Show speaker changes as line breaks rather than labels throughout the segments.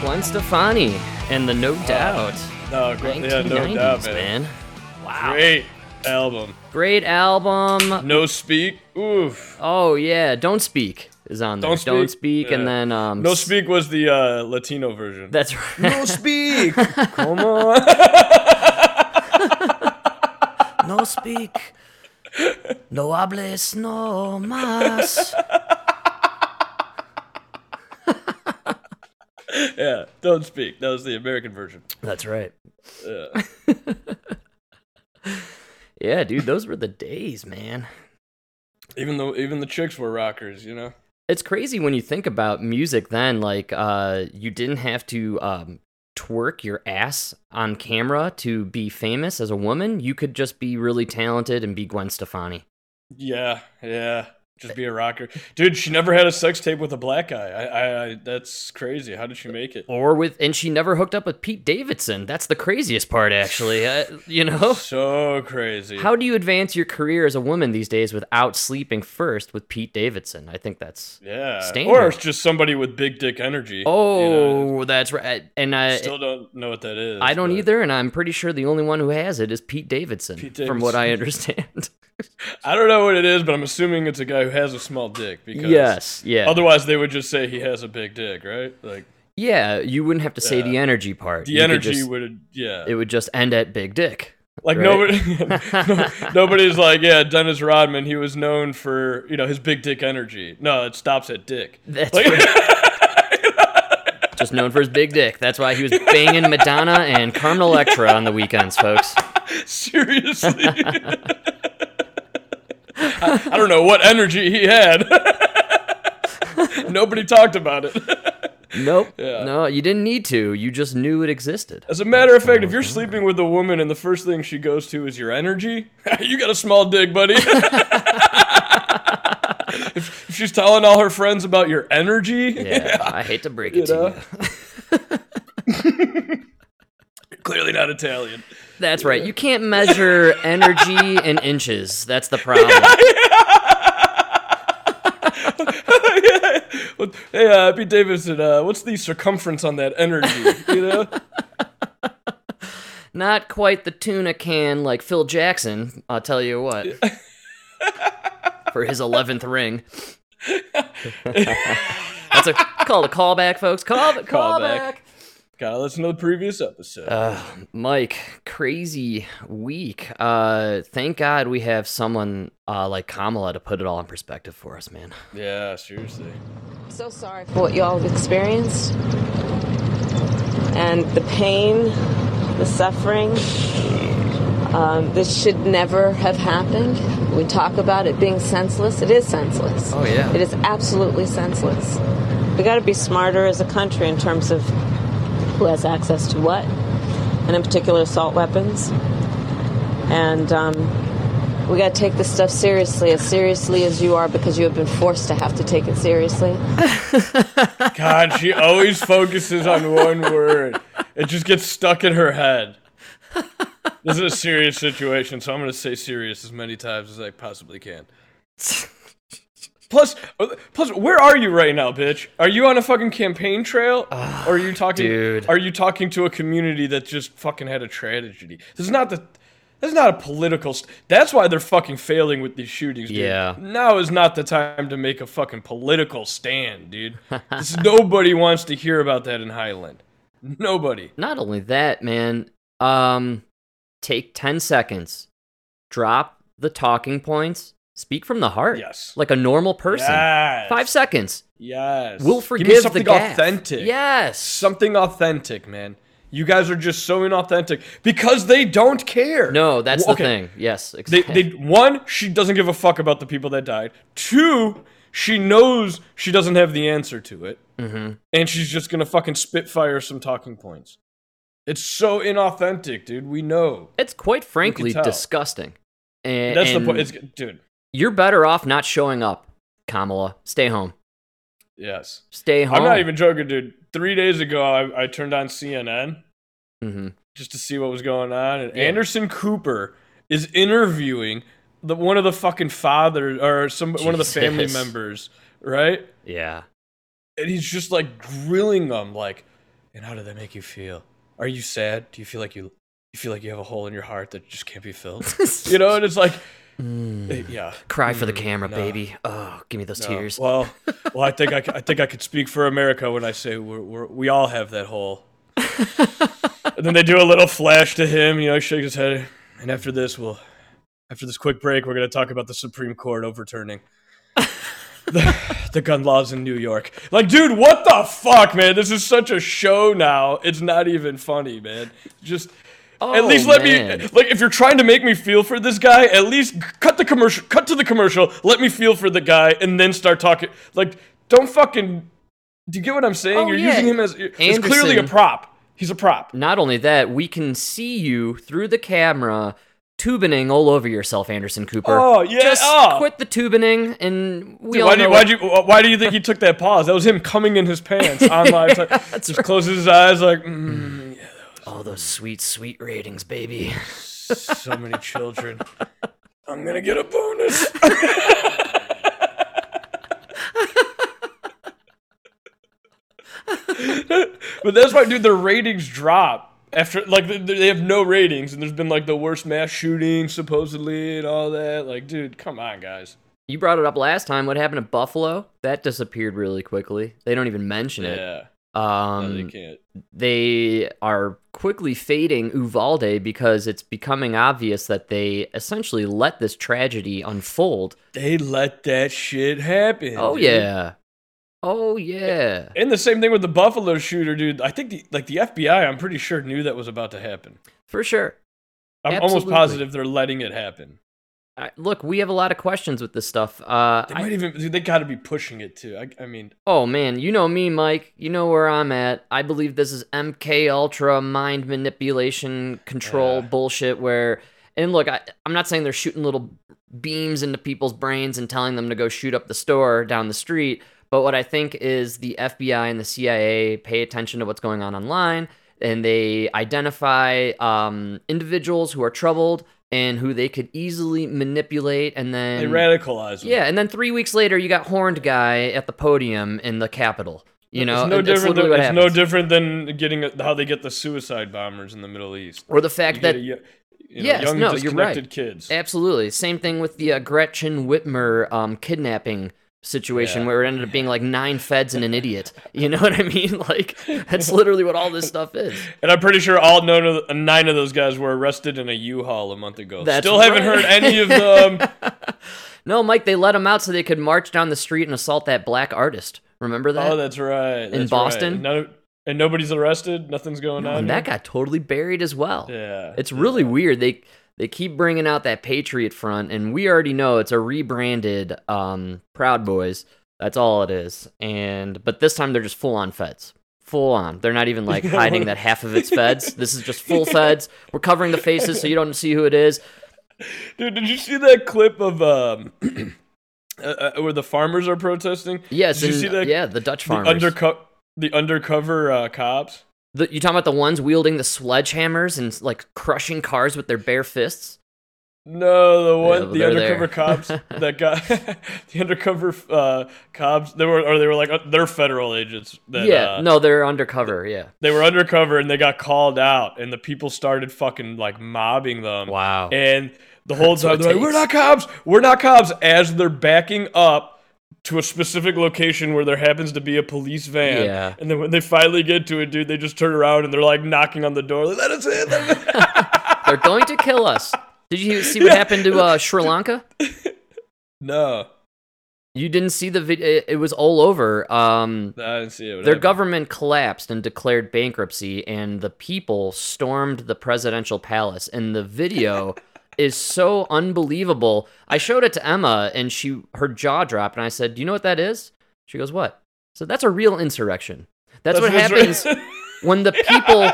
Gwen Stefani and the No Doubt.
No, gr- Ah. yeah, no
1990s,
doubt, man.
man. Wow. Great.
Great album.
album.
No Speak. Oof.
Oh yeah, Don't Speak is on there.
Don't Speak. Yeah.
and then um
No
s-
Speak was the uh, Latino version.
That's right.
Speak. Come on.
no speak. No hables, no mas.
yeah, Don't Speak. That was the American version.
That's right.
Yeah.
Yeah, dude, those were the days, man.
Even though even the chicks were rockers, you know.
it's crazy when you think about music then like uh you didn't have to um twerk your ass on camera to be famous as a woman you could just be really talented and be gwen stefani
Yeah, yeah. Just be a rocker, dude. She never had a sex tape with a black guy. I, I, I that's crazy. How did she make it?
or with and she never hooked up with pete davidson that's the craziest part actually uh, you know
So crazy.
how do you advance your career as a woman these days without sleeping first with pete davidson i think that's
Yeah.
Standard.
Or it's just somebody with big dick energy. you
oh
know.
that's right and i
still don't know what that is.
I don't
but-
either, and I'm pretty sure the only one who has it is Pete Davidson,
Pete
from what I
Davidson.
understand.
I don't know what it is, but I'm assuming it's a guy who has a small dick because
yes, yeah,
Otherwise, they would just say he has a big dick, right? Like
yeah. You wouldn't have to say
Yeah.
the energy part.
the
You could
energy
just-
would, yeah.
it would just end at big dick.
like
right.
nobody, no- nobody's like, yeah, Dennis Rodman. He was known for you know his big dick energy. No, it stops at dick.
That's
Like-
right. just known for his big dick. That's why he was banging Madonna and Carmen Electra on the weekends, folks.
Seriously. I, I don't know what energy he had. Nobody talked about it.
Nope.
Yeah.
No, you didn't need to. You just knew it existed.
As a matter of fact, if you're sleeping with a woman and the first thing she goes to is your energy, you got a small dig, buddy. if, if she's telling all her friends about your energy,
Yeah, I hate to break it
you
to
know?
you.
clearly not Italian.
That's right. You can't measure energy in inches. That's the problem.
What- hey, uh, Pete Davidson, uh, what's the circumference on that energy? You know,
Not quite the tuna can like Phil Jackson, I'll tell you what. for his 11th ring. That's a called a callback, folks. Call callback.
Callback. gotta listen to the previous episode.
Mike, crazy week. Uh thank God we have someone uh like Kamala to put it all in perspective for us, man.
yeah, seriously.
So sorry for what y'all have experienced and the pain, the suffering. Um, this should never have happened. We talk about it being senseless. It is senseless.
Oh, yeah.
It is absolutely senseless. We got to be smarter as a country in terms of who has access to what, and in particular, assault weapons. And um, we got to take this stuff seriously, as seriously as you are, because you have been forced to have to take it seriously.
God, she always focuses on one word. It just gets stuck in her head. This is a serious situation, so I'm going to say serious as many times as I possibly can. Plus, plus, where are you right now, bitch? Are you on a fucking campaign trail, or are you talking?
dude.
Are you talking to a community that just fucking had a tragedy? This is not the. This is not a political. St- That's why they're fucking failing with these shootings. Dude.
Yeah.
Now is not the time to make a fucking political stand, dude. This, nobody wants to hear about that in Highland. Nobody.
Not only that, man, um take 10 seconds. Drop the talking points. Speak from the heart.
Yes.
Like a normal person.
Yes.
5 seconds.
Yes.
We'll
Give me
forgive
something
the gaffe.
authentic.
Yes.
Something authentic, man. You guys are just so inauthentic because they don't care.
No, that's
Well,
the thing. Yes,
They,
exactly.
they one, she doesn't give a fuck about the people that died. Two, she knows she doesn't have the answer to it,
Mm-hmm.
and she's just gonna fucking spitfire some talking points. It's so inauthentic, dude. We know.
it's quite frankly
tell.
disgusting. And,
That's the
and
point. It's dude.
you're better off not showing up, Kamala. Stay home.
Yes.
Stay home.
I'm not even joking, dude. Three days ago, I, I turned on CNN
hmm
just to see what was going on, and
Yeah.
Anderson Cooper is interviewing the one of the fucking fathers or some one of the family
Jesus.
members, right?
Yeah.
And he's just like grilling them, like, And how do they make you feel? Are you sad? Do you feel like you you feel like you have a hole in your heart that just can't be filled? you know, and it's like eh, yeah.
Cry for the
Mm,
camera,
no,
baby. Oh, give me those
no.
tears.
Well, well, I think I, c- I think I could speak for America when I say we're, we're, we all have that hole. and then they do a little flash to him, you know, shake his head. And after this, we'll after this quick break, we're going to talk about the Supreme Court overturning the, the gun laws in New York. Like, dude, what the fuck, man? This is such a show now. It's not even funny, man. Just at
Oh,
least let me
man.
like if you're trying to make me feel for this guy, at least cut the commercial, cut to the commercial, let me feel for the guy, and then start talking. Like, don't fucking. Do you get what I'm saying?
Oh,
you're
yeah.
using him as it's clearly a
Anderson.
prop. He's a prop.
Not only that, we can see you through the camera tubining all over yourself, Anderson Cooper.
Oh, yeah,
Just
oh.
quit the tubining, and we all
Why do,
know
you, why, do you, why do you think he took that pause? That was him coming in his pants on live. time. Just closes his eyes like, mm,
all Oh, those sweet, sweet ratings, baby.
so many children. I'm gonna get a bonus. but that's why, dude, their ratings drop after like they- they have no ratings, and there's been like the worst mass shooting supposedly and all that. Like, dude, come on, guys.
You brought it up last time. What happened at Buffalo? That disappeared really quickly. They don't even mention it.
Yeah,
Um,
they can't.
they are quickly fading Uvalde because it's becoming obvious that they essentially let this tragedy unfold.
They let that shit happen.
Oh
dude.
yeah. Oh yeah.
And the same thing with the Buffalo shooter, dude. I think the like the FBI, I'm pretty sure knew that was about to happen.
For sure.
I'm almost
Absolutely.
positive they're letting it happen.
I, look, we have a lot of questions with this stuff. Uh,
They
I-
might even dude, they got to be pushing it too. I, I mean,
oh man, you know me, Mike. You know where I'm at. I believe this is MK Ultra mind manipulation control
Yeah.
bullshit. Where and look, I, I'm not saying they're shooting little beams into people's brains and telling them to go shoot up the store down the street. But what I think is the FBI and the CIA pay attention to what's going on online and they identify um, individuals who are troubled and who they could easily manipulate and then
they radicalize. Them.
Yeah, and then three weeks later, you got horned guy at the podium in the Capitol. You know,
it's no
and that's
different.
literally
Than,
what
it's no
happens.
different than getting a, how they get the suicide bombers in the Middle East.
or the
You
fact
get
that
a yo- you know,
yes,
young
no, you're right.
disconnected kids.
absolutely same thing with the uh, Gretchen Whitmer um, kidnapping situation
Yeah.
where it ended up being like nine feds and an idiot. You know what I mean? Like that's literally what all this stuff is.
And I'm pretty sure all none of, the- nine of those guys were arrested in a U-Haul a month ago.
That's
Still haven't
right.
heard any of them.
No, Mike, they let them out so they could march down the street and assault that black artist. Remember that?
oh, that's right. That's right.
Boston?
None of- and nobody's arrested. Nothing's going on.
and that
here?
got totally buried as well.
Yeah.
It's really weird. They they keep bringing out that Patriot front, and we already know it's a rebranded um, Proud Boys. That's all it is. And but this time they're just full on feds, full on. They're not even like hiding that half of it's feds. This is just full feds. We're covering the faces so you don't see who it is.
Dude, did you see that clip of um, uh, uh, where the farmers are protesting?
Yes,
Did you
and-
see that-
yeah, the Dutch
The
farmers.
undercover, the undercover uh, cops.
The- you talking about the ones wielding the sledgehammers and like crushing cars with their bare fists?
No, the
Yeah,
one, the
they're
undercover
there.
cops that got the undercover uh, cops. They were, or they were like, uh, they're federal agents. That,
yeah,
uh,
no, they're undercover. Yeah.
they were undercover and they got called out, and the people started fucking like mobbing them.
Wow.
And the whole
what
time
it
they're like, "We're not cops! We're not cops!" As they're backing up to a specific location where there happens to be a police van.
Yeah.
And then when they finally get to it, dude, they just turn around and they're like knocking on the door, like, "Let us in!" Let us in."
They're going to kill us. Did you see what happened to uh, Sri Lanka?
no,
You didn't see the video. It, it was all over. Um,
I didn't see it.
their
Whatever.
government collapsed and declared bankruptcy, and the people stormed the presidential palace. And the video is so unbelievable. I showed it to Emma, and she her jaw dropped. And I said, "Do you know what that is?" She goes, "What?" So that's a real insurrection. That's, what
what's right.
happens when the people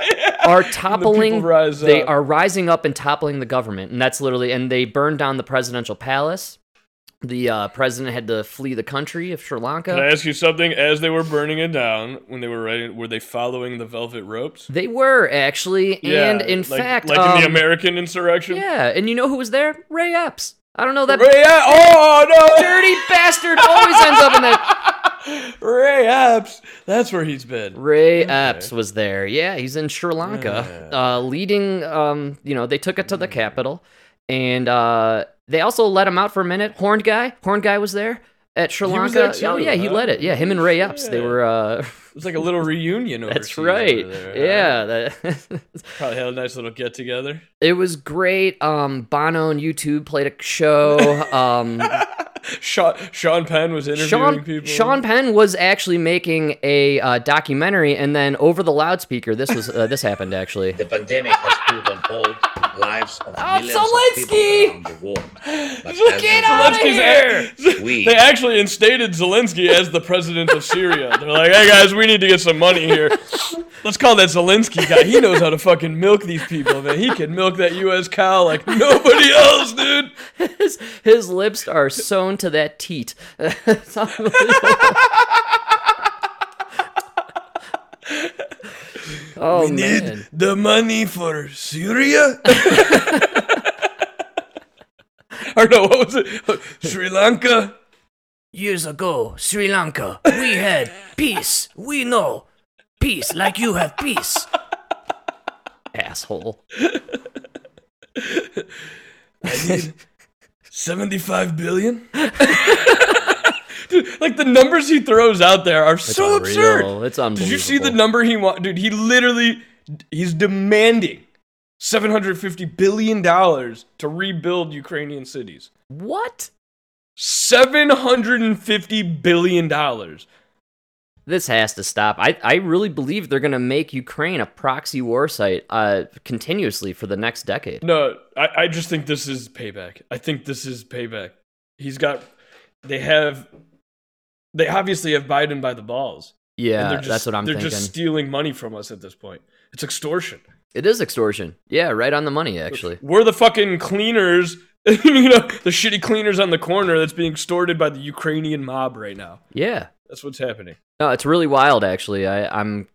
are toppling
rise
they
up.
are rising up and toppling the government and that's literally and they burned down the presidential palace the uh, president had to flee the country of sri lanka
Can I ask you something? As they were burning it down, when they were ready, were they following the velvet ropes?
they were actually and
Yeah,
in
like-
fact
like in the
um,
American insurrection.
yeah and you know who was there ray epps i don't know that
Ray- yeah, Oh no!
dirty bastard always ends up in that
Ray Epps. That's where he's been.
Ray Epps was there. Yeah, he's in Sri Lanka, uh, leading. Um, you know, they took it to the capital, and uh, they also let him out for a minute. Horned guy, horned guy was there at Sri
He
Lanka.
was there
oh
too,
yeah, he
huh?
led it. Yeah, him and Ray Epps. They
Shit.
were. Uh,
It's like a little reunion.
that's
overseas
right.
over there, huh?
Yeah, that,
Probably had a nice little get together.
it was great. Um, Bono and YouTube played a show. Um,
Sean, Sean Penn was interviewing
Sean,
people.
Sean Penn was actually making a uh, documentary, and then over the loudspeaker, this was uh, this happened actually.
The pandemic has put on hold lives of millions of
Zelensky!
people around the world. But as
get
a
outta
result,
Zelensky's a-
We-
They actually instated Zelensky as the president of Syria. They're like, hey guys, we need to get some money here. Let's call that Zelensky guy. He knows how to fucking milk these people, man. He can milk that U.S. cow like nobody else, dude.
His, his lips are sewn to that teat. It's unbelievable. oh man.
the money for Syria? or no, what was it? Sri Lanka?
Years ago, Sri Lanka, we had peace. We know peace like you have peace.
Asshole.
75 billion? Dude, like the numbers he throws out there are so absurd.
Unreal. It's
Did
unbelievable.
you see the number he wants? Dude, he literally he's demanding 750 billion dollars to rebuild Ukrainian cities.
What?
750 billion dollars.
This has to stop. I, I really believe they're gonna make Ukraine a proxy war site uh, continuously for the next decade.
No, I, I just think this is payback. I think this is payback. He's got they have they obviously have Biden by the balls. and
Yeah,
they're just-
that's what I'm
They're
thinking.
just stealing money from us at this point. It's extortion.
It is extortion. Yeah, right on the money actually.
We're the fucking cleaners, you know, the shitty cleaners on the corner that's being extorted by the Ukrainian mob right now.
Yeah.
That's what's happening.
No, it's really wild actually. I, I'm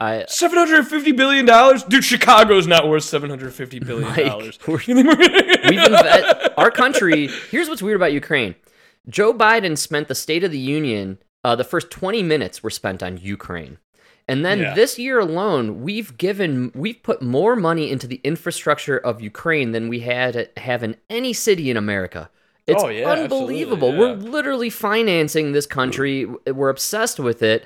I
Seven hundred fifty billion dollars, dude. Chicago's not worth seven hundred fifty billion dollars.
Mike, we're- We've inve- our country. Here's what's weird about Ukraine. Joe Biden spent the State of the Union. Uh, the first 20 minutes were spent on Ukraine, and then
Yeah.
this year alone, we've given we've put more money into the infrastructure of Ukraine than we had have in any city in America. It's
Oh, yeah,
unbelievable.
absolutely,
We're literally financing this country. We're obsessed with it.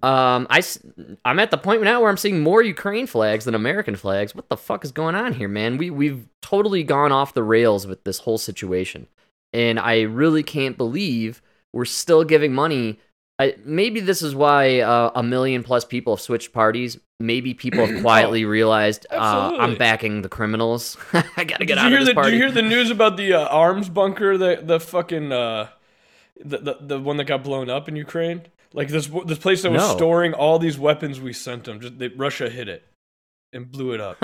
Um, I s- I'm at the point now where I'm seeing more Ukraine flags than American flags. What the fuck is going on here, man? We we've totally gone off the rails with this whole situation, and I really can't believe we're still giving money. I, maybe this is why uh, a million plus people have switched parties. Maybe people have quietly realized uh, I'm
Oh, absolutely.
backing the criminals. I gotta get
Did
out
you
of
hear
this
the,
party.
Did you hear the news about the uh, arms bunker? The the fucking uh, the, the the one that got blown up in Ukraine. Like this w- this place that was
No.
storing all these weapons we sent them. Just they, Russia hit it and blew it up.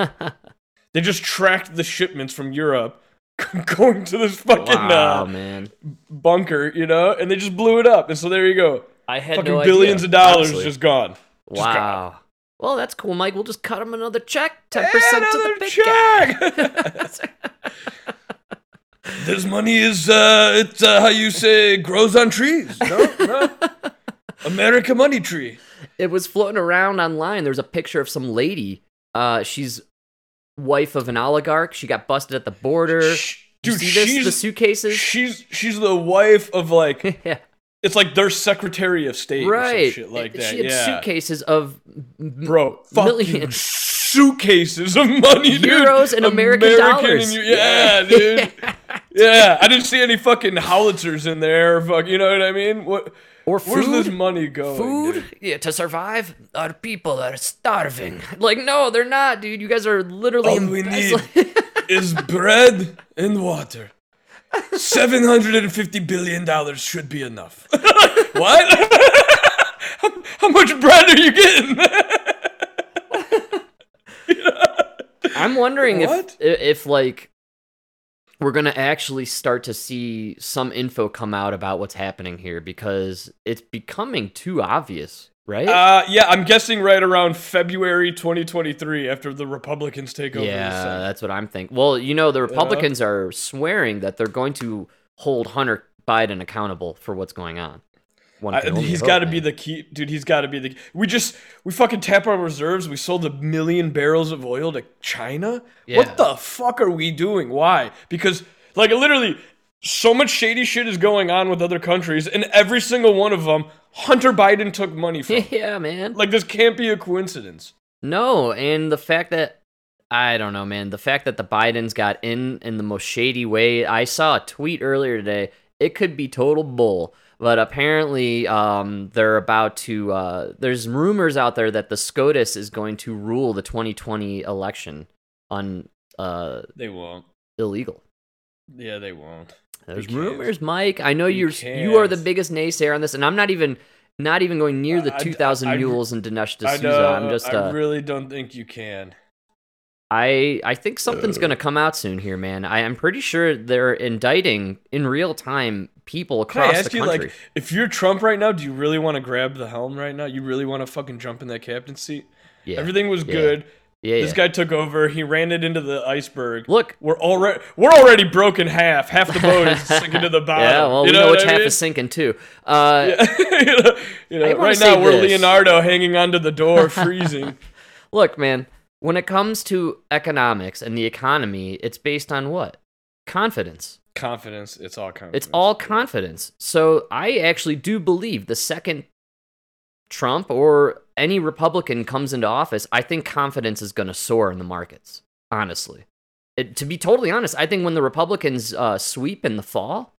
they just tracked the shipments from Europe going to this fucking
wow,
uh,
man!
bunker, you know, and they just blew it up. And so there you go.
I had
Fucking
no idea,
billions of dollars
honestly.
just gone. just got-
Wow. Well, that's cool, Mike. We'll just cut him another check, ten percent to the
Another
big
check. this money is uh, it's uh, how you say grows on trees. No, no. America money tree.
it was floating around online. There was a picture of some lady. Uh, she's wife of an oligarch. She got busted at the border. Did you
Dude,
see this? The
she's-
suitcases.
She's she's the wife of like
yeah,
it's like their secretary of state or some
right.
shit like
It-
that.
She had
yeah.
suitcases of
Bro, fucking
millions.
suitcases of money, dude.
Euros and American dollars.
and Eu- yeah, dude. Yeah, I didn't see any fucking howitzers in there. Fuck, you know what I mean? What?
or
Where's this
food.
money going?
Food
dude?
yeah, to survive.
Our people are starving.
Like no, they're not, dude. You guys are literally.
All we need
embezzling-
is bread and water. Seven hundred and fifty billion dollars should be enough. what? how, how much bread are you getting?
I'm wondering
What?
if i- if like we're gonna actually start to see some info come out about what's happening here because it's becoming too obvious, right?
uh, yeah, I'm guessing right around February 2023, after the Republicans take over. the
yeah,
Senate.
that's what I'm thinking. Well, you know, the Republicans are swearing that they're going to hold Hunter Biden accountable for what's going on, one.
I,
can only
he's
hope,
got to be
man.
the key, dude. He's got to be the. We just we fucking tap our reserves. We sold a million barrels of oil to China.
Yeah.
What the fuck are we doing? Why? Because like literally, so much shady shit is going on with other countries, and every single one of them, Hunter Biden took money from.
yeah, man.
like this can't be a coincidence.
No, and the fact that I don't know, man, the fact that the Bidens got in in the most shady way. I saw a tweet earlier today. It could be total bull, but apparently um, they're about to. Uh, there's rumors out there that the SCOTUS is going to rule the 2020 election on uh,
They won't.
illegal.
Yeah, they won't.
There's
can't.
rumors, Mike. I know
You
you're you are the
can't.
biggest naysayer on this, and I'm not even not even going near the
I- I-
2,000
I-
mules and Dinesh
I
D'Souza.
know.
I'm just
I
uh,
really don't think you can.
I I think something's gonna come out soon here, man. I am pretty sure they're indicting in real time people
Can I
across the
ask
country.
you, like, if you're Trump right now, do you really want to grab the helm right now? You really want to fucking jump in that captain's seat?
yeah,
Everything was
yeah,
good.
Yeah,
This
yeah.
guy took over. He ran it into the iceberg.
Look.
we're already we're already broken half. Half the boat is sinking to the bottom.
Yeah, well, we
you know,
know
what
which
I
half
mean?
is sinking too. Uh,
you know, you know,
I wanna
right
say
now we're
this.
Leonardo hanging onto the door, freezing.
Look, man, when it comes to economics and the economy, it's based on what? Confidence.
confidence. It's all confidence.
It's all confidence. So I actually do believe the second Trump or any Republican comes into office, I think confidence is going to soar in the markets. Honestly, It- to be totally honest, I think when the Republicans uh, sweep in the fall,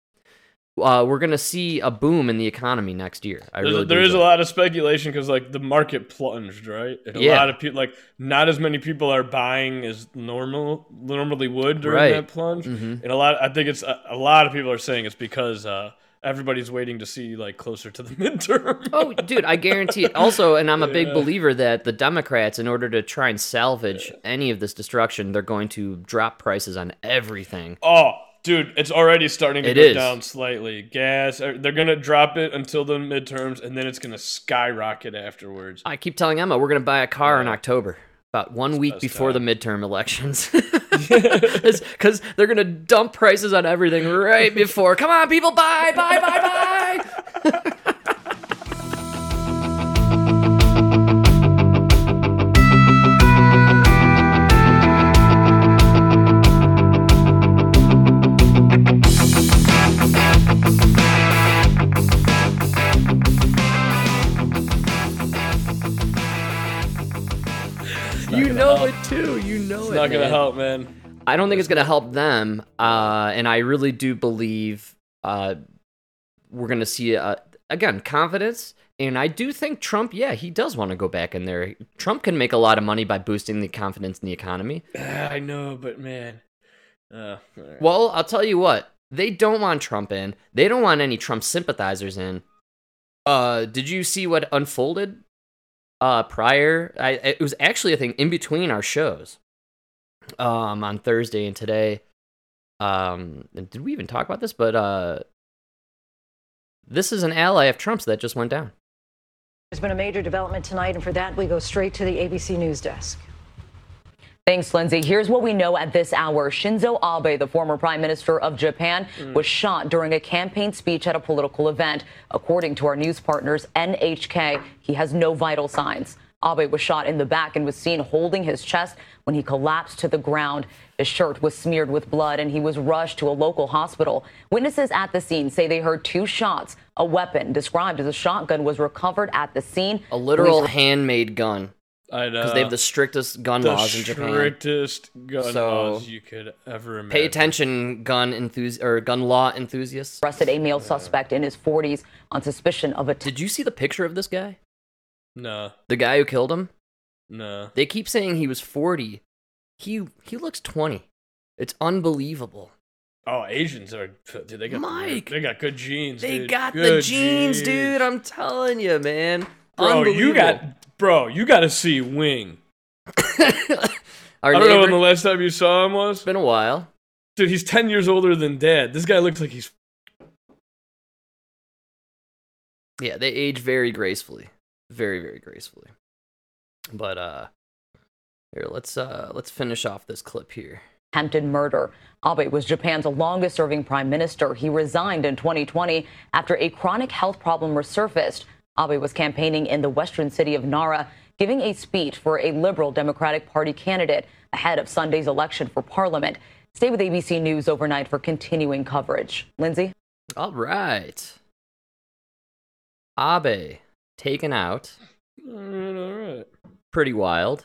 uh, we're going to see a boom in the economy next year. I
There's,
really
there
do
is a
believe.
lot of speculation because like the market plunged, right? And a
Yeah.
lot of people like not as many people are buying as normal normally would during
Right.
that plunge.
Mhm.
And a lot, I think it's a, a lot of people are saying it's because uh, everybody's waiting to see like closer to the midterm.
Oh, dude, I guarantee it. Also, and I'm a big
Yeah.
believer that the Democrats, in order to try and salvage any of this destruction, they're going to drop prices on everything.
oh, dude, it's already starting to
It
go
is.
down slightly. Gas, uh, they're gonna drop it until the midterms, and then it's gonna skyrocket afterwards.
I keep telling Emma we're going to buy a car in October, about one week
best
before the midterm elections, because they're going to dump prices on everything right before. Come on, people, buy, buy, buy, buy. You know it too. You know it.
it's not gonna
man.
help, man.
I don't think it's going to help them, uh, and I really do believe uh, we're going to see uh, again confidence. And I do think Trump, yeah, he does want to go back in there. Trump can make a lot of money by boosting the confidence in the economy.
Ah, I know, but man. Uh,
Well, I'll tell you what. They don't want Trump in. They don't want any Trump sympathizers in. Uh, did you see what unfolded? Uh, prior, I it was actually I think in between our shows, um, on Thursday and today. Um, and did we even talk about this? But uh, this is an ally of Trump's that just went down.
There's been a major development tonight, and for that, we go straight to the ABC News Desk.
Thanks, Lindsay. Here's what we know at this hour. Shinzo Abe, the former prime minister of Japan,
Mm.
was shot during a campaign speech at a political event. According to our news partners, NHK, he has no vital signs. Abe was shot in the back and was seen holding his chest when he collapsed to the ground. His shirt was smeared with blood and he was rushed to a local hospital. Witnesses at the scene say they heard two shots. A weapon described as a shotgun was recovered at the scene.
A literal handmade gun
I know.
because they have the strictest gun
uh, the
laws in Japan.
strictest gun
So-
laws you could ever imagine.
Pay attention, gun enthusi- or gun law enthusiasts.
arrested a male suspect in his 40s on suspicion of a
Did you see the picture of this guy?
No,
The guy who killed him?
no.
They keep saying he was 40. He he looks 20. It's unbelievable.
Oh, Asians are. Dude, they got
Mike!
They got good genes.
They
dude.
got the
Good
jeans, dude. I'm telling you, man.
Bro,
unbelievable.
you got. Bro, you got to see Wing.
Our
I don't know
neighbor-
when the last time you saw him
it's
was.
been a while.
Dude, he's ten years older than Dad. This guy looks like he's.
Yeah, they age very gracefully. Very very gracefully. But uh here, let's uh let's finish off this clip here.
attempted murder. Abe was Japan's longest serving prime minister. He resigned in 2020 after a chronic health problem resurfaced. Abe was campaigning in the western city of Nara, giving a speech for a liberal Democratic Party candidate ahead of Sunday's election for parliament. Stay with ABC News overnight for continuing coverage. Lindsay?
All right. Abe taken out.
Alright, alright.
Pretty wild.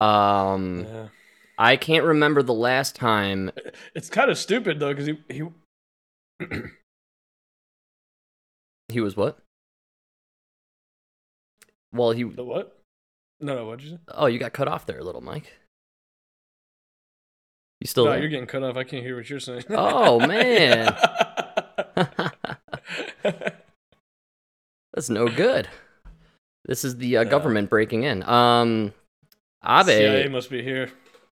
Um,
Yeah.
I can't remember the last time.
It's kind of stupid though, because he, he
He was what? Well, he.
the what? No, no. What'd you say?
Oh, you got cut off there, little Mike. You still?
no,
there?
you're getting cut off. I can't hear what you're saying.
Oh man, that's no good. This is the uh, government breaking in. Um, Abe.
CIA must be here.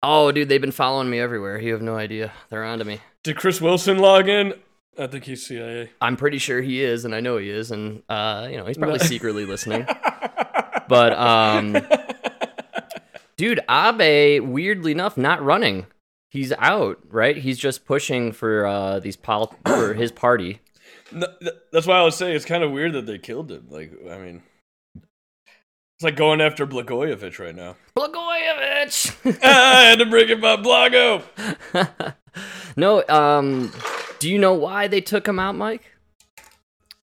Oh, dude, they've been following me everywhere. You have no idea. They're onto me.
Did Chris Wilson log in? I think he's CIA.
I'm pretty sure he is, and I know he is, and uh, you know, he's probably secretly listening. But um, dude, Abe, weirdly enough, not running. He's out, right? He's just pushing for uh, these pol- for his party.
No, th- that's why I was saying it's kind of weird that they killed him. Like, I mean, it's like going after Blagojevich right now.
Blagojevich.
I had to bring in my Blago.
no, um, do you know why they took him out, Mike?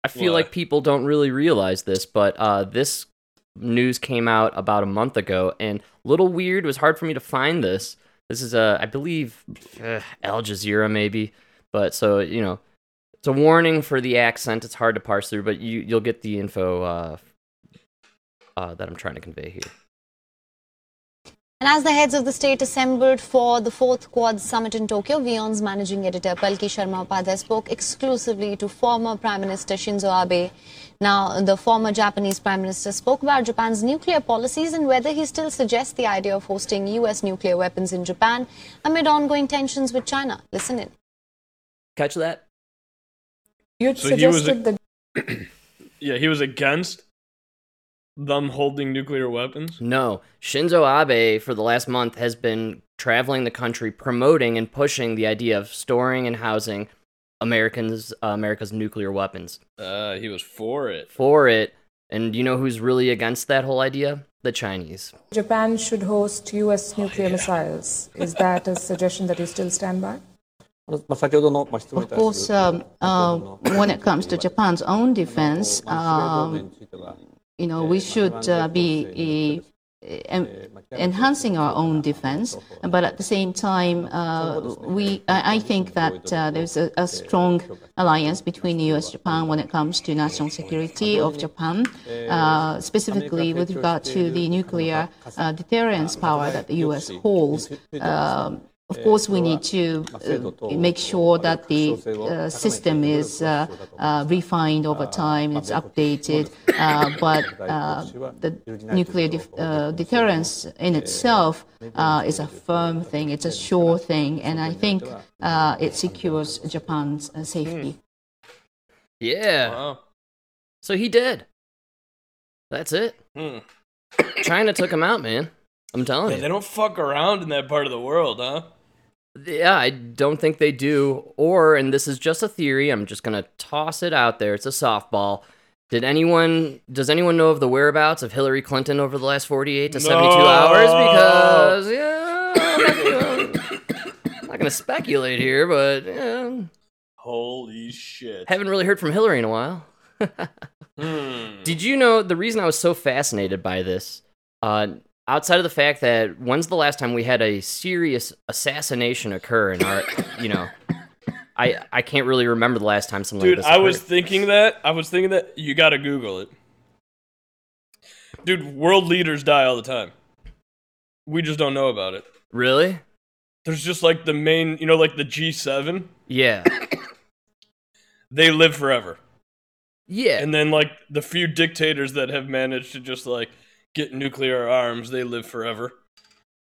I feel
Why?
like people don't really realize this, but uh, this news came out about a month ago, and little weird. It was hard for me to find this. This is uh, I believe, uh, Al Jazeera maybe, but so you know, it's a warning for the accent. It's hard to parse through, but you you'll get the info uh, uh, that I'm trying to convey here.
And as the heads of the state assembled for the fourth Quad summit in Tokyo, VEON's managing editor Palki Sharma Upadhyay spoke exclusively to former Prime Minister Shinzo Abe. Now, the former Japanese Prime Minister spoke about Japan's nuclear policies and whether he still suggests the idea of hosting U.S. nuclear weapons in Japan amid ongoing tensions with China. Listen in.
Catch that?
You had
So he was a-
suggested the
Yeah, he was against them holding nuclear weapons.
No, Shinzo Abe for the last month has been traveling the country promoting and pushing the idea of storing and housing Americans uh, America's nuclear weapons.
Uh, he was for it.
For it, and you know who's really against that whole idea? The Chinese.
Japan should host U.S. nuclear missiles. Is that a suggestion that you still stand by?
Of course, um, uh, when it comes to Japan's own defense, um, you know, we should uh, be eh, en- enhancing our own defense. But at the same time, uh, we, I, I think that uh, there's a, a strong alliance between the U.S. Japan when it comes to national security of Japan, uh, specifically with regard to the nuclear uh, deterrence power that the U.S. holds. Um, of course, we need to uh, make sure that the uh, system is uh, uh, refined over time, it's updated, uh, but uh, the nuclear def- uh, deterrence in itself uh, is a firm thing, it's a sure thing, and I think uh, it secures Japan's uh, safety.
Yeah.
Wow.
So he did. That's it.
Hmm.
China took him out, man. I'm telling
Yeah,
you.
they don't fuck around in that part of the world, huh?
Yeah, I don't think they do. Or, and this is just a theory, I'm just gonna toss it out there. It's a softball. Did anyone does anyone know of the whereabouts of Hillary Clinton over the last 48 to 72
No.
hours? Because yeah, I'm not gonna- I'm not gonna speculate here, but yeah,
Holy shit.
haven't really heard from Hillary in a while.
Hmm.
Did you know the reason I was so fascinated by this? Uh, outside of the fact that when's the last time we had a serious assassination occur in our, you know, I I can't really remember the last time something
Dude,
like this.
I was
occurred.
thinking that. I was thinking that. You gotta Google it. Dude, world leaders die all the time. We just don't know about it.
really,
There's just like the main, you know, like the G7.
yeah,
They live forever.
yeah,
And then like the few dictators that have managed to just like get nuclear arms, they live forever.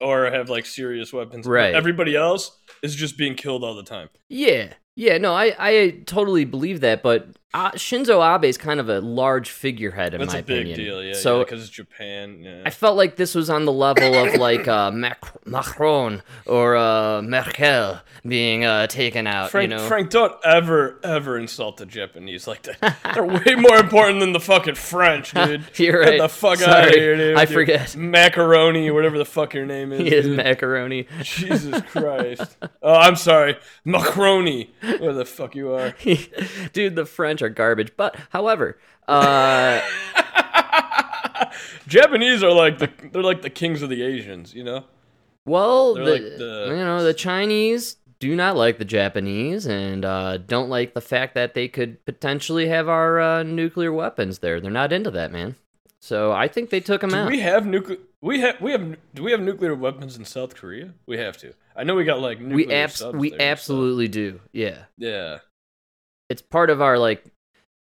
Or have like serious weapons. But
Right.
Everybody else is just being killed all the time.
yeah, yeah. No, I I totally believe that, but uh, Shinzo Abe is kind of a large figurehead in
That's
my
a big
opinion.
deal, yeah.
So
because it's Japan. Yeah.
I felt like this was on the level of like uh, Mac- Macron or uh, Merkel being uh, taken out.
Frank,
you know,
Frank, don't ever, ever insult the Japanese like that. They're way more important than the fucking French, dude.
You're
Get
right.
the fuck
Sorry,
out of here, dude.
I
dude.
forget.
Macaroni, whatever the fuck your name is.
he is
dude.
macaroni.
Jesus Christ. Oh, I'm sorry. Macaroni. Where the fuck you are.
Dude, the French are garbage. But however, uh,
Japanese are like the they're like the kings of the Asians, you know?
well,
They're
the-
like the-
you know the Chinese do not like the Japanese and uh, don't like the fact that they could potentially have our uh, nuclear weapons there. They're not into that, man. So I think they took them
Do
out.
we have nuclear we have we have do we have nuclear weapons in South Korea? We have to. I know we got like nuclear
we abs-
subs
we
there.
absolutely do. Yeah,
Yeah.
it's part of our like.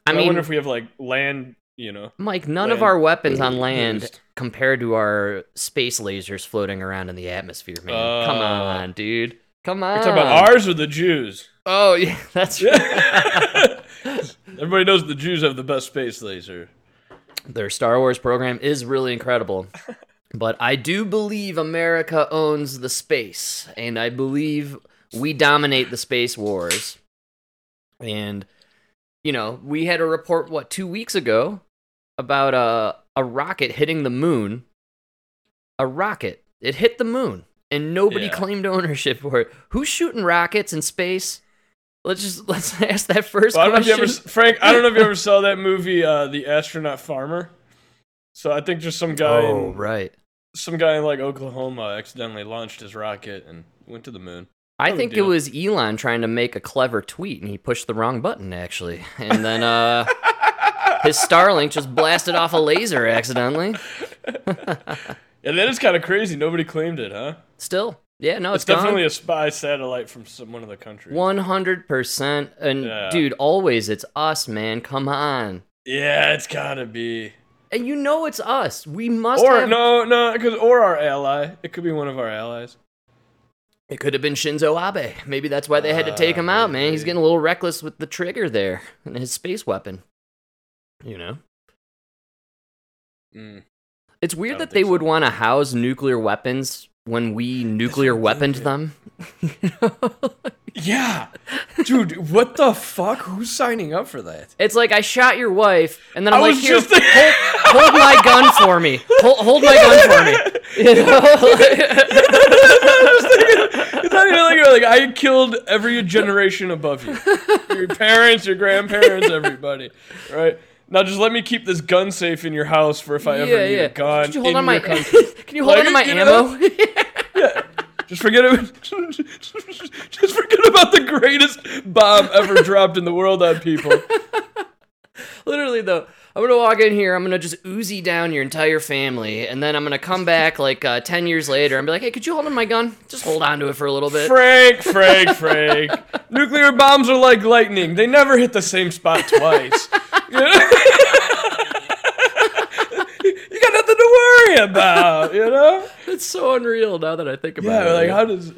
I
I,
mean,
wonder if we have like land, you know.
Mike, none of
land
our weapons on
used.
land compared to our space lasers floating around in the atmosphere, man. Come
Oh.
on, dude. Come on.
You're talking about ours or the Jews?
Oh yeah, that's right.
Everybody knows the Jews have the best space laser.
Their Star Wars program is really incredible. But I do believe America owns the space, and I believe we dominate the space wars. And you know, we had a report what 2 weeks ago about a a rocket hitting the moon. A rocket. It hit the moon and nobody
Yeah.
claimed ownership for it. Who's shooting rockets in space? Let's just let's ask that first
Well, I don't know if you
question.
ever, Frank. I don't know if you ever saw that movie, uh, The Astronaut Farmer. So I think just some guy,
Oh,
in,
right.
some guy in like Oklahoma, accidentally launched his rocket and went to the moon.
I
No big
think it
deal.
was Elon trying to make a clever tweet and he pushed the wrong button actually. And then uh his Starlink just blasted off a laser accidentally.
Yeah, that is kind of crazy. Nobody claimed it, huh?
Still. Yeah, no,
it's
it's,
definitely
gone.
a spy satellite from some one of the countries.
100% and
Yeah.
dude, always it's us, man. Come on.
Yeah, it's gotta be.
And you know it's us. We must
or
have
no, no, because or our ally. It could be one of our allies.
It could have been Shinzo Abe. Maybe that's why they had to take him out, man. He's getting a little reckless with the trigger there and his space weapon. You know?
Mm.
It's
I
weird
don't
that they
think
would want to house nuclear weapons when we nuclear weaponed them.
Yeah, dude, what the fuck? Who's signing up for that?
It's like I shot your wife, and then
I
I'm like,
was
Here,
just-
hold, hold my gun for me. Hold, hold my gun for me. You know?
It's not even like you're like I killed every generation above you, your parents, your grandparents, everybody, right? Now just let me keep this gun safe in your house for if I ever
Yeah,
need
yeah.
a gun.
Could you hold
in
on my?
your country.
Can you hold
Like,
on to my
you know?
ammo?
Just forget it. just forget about the greatest bomb ever dropped in the world on people.
Literally though, I'm gonna walk in here. I'm gonna just oozy down your entire family, and then I'm gonna come back like uh, ten years later and be like, Hey, could you hold on to my gun? Just hold on to it for a little bit.
Frank, Frank, Frank. Nuclear bombs are like lightning. They never hit the same spot twice. you got nothing to worry about, you know?
It's so unreal now that I think about
Yeah,
it.
like how does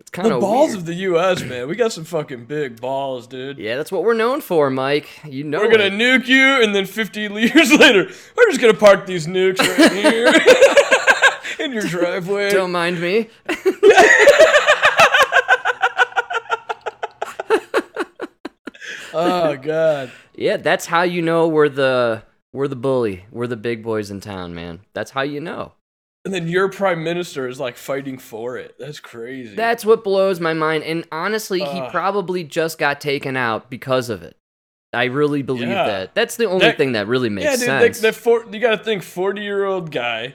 it's kind
the
of
balls of the US, man. We got some fucking big balls, dude.
Yeah, that's what we're known for, Mike. You know
We're gonna
it.
nuke you, and then 50 years later, we're just gonna park these nukes right here in your driveway.
Don't mind me.
Oh god.
Yeah, that's how you know we're the we're the bully. We're the big boys in town, man. That's how you know.
And then your prime minister is like fighting for it. That's crazy.
That's what blows my mind. And honestly, he
Ugh.
probably just got taken out because of it. I really believe
Yeah.
that. That's the only
That-
thing that really makes
yeah, dude.
sense.
That, that four, you got to think, forty-year-old guy.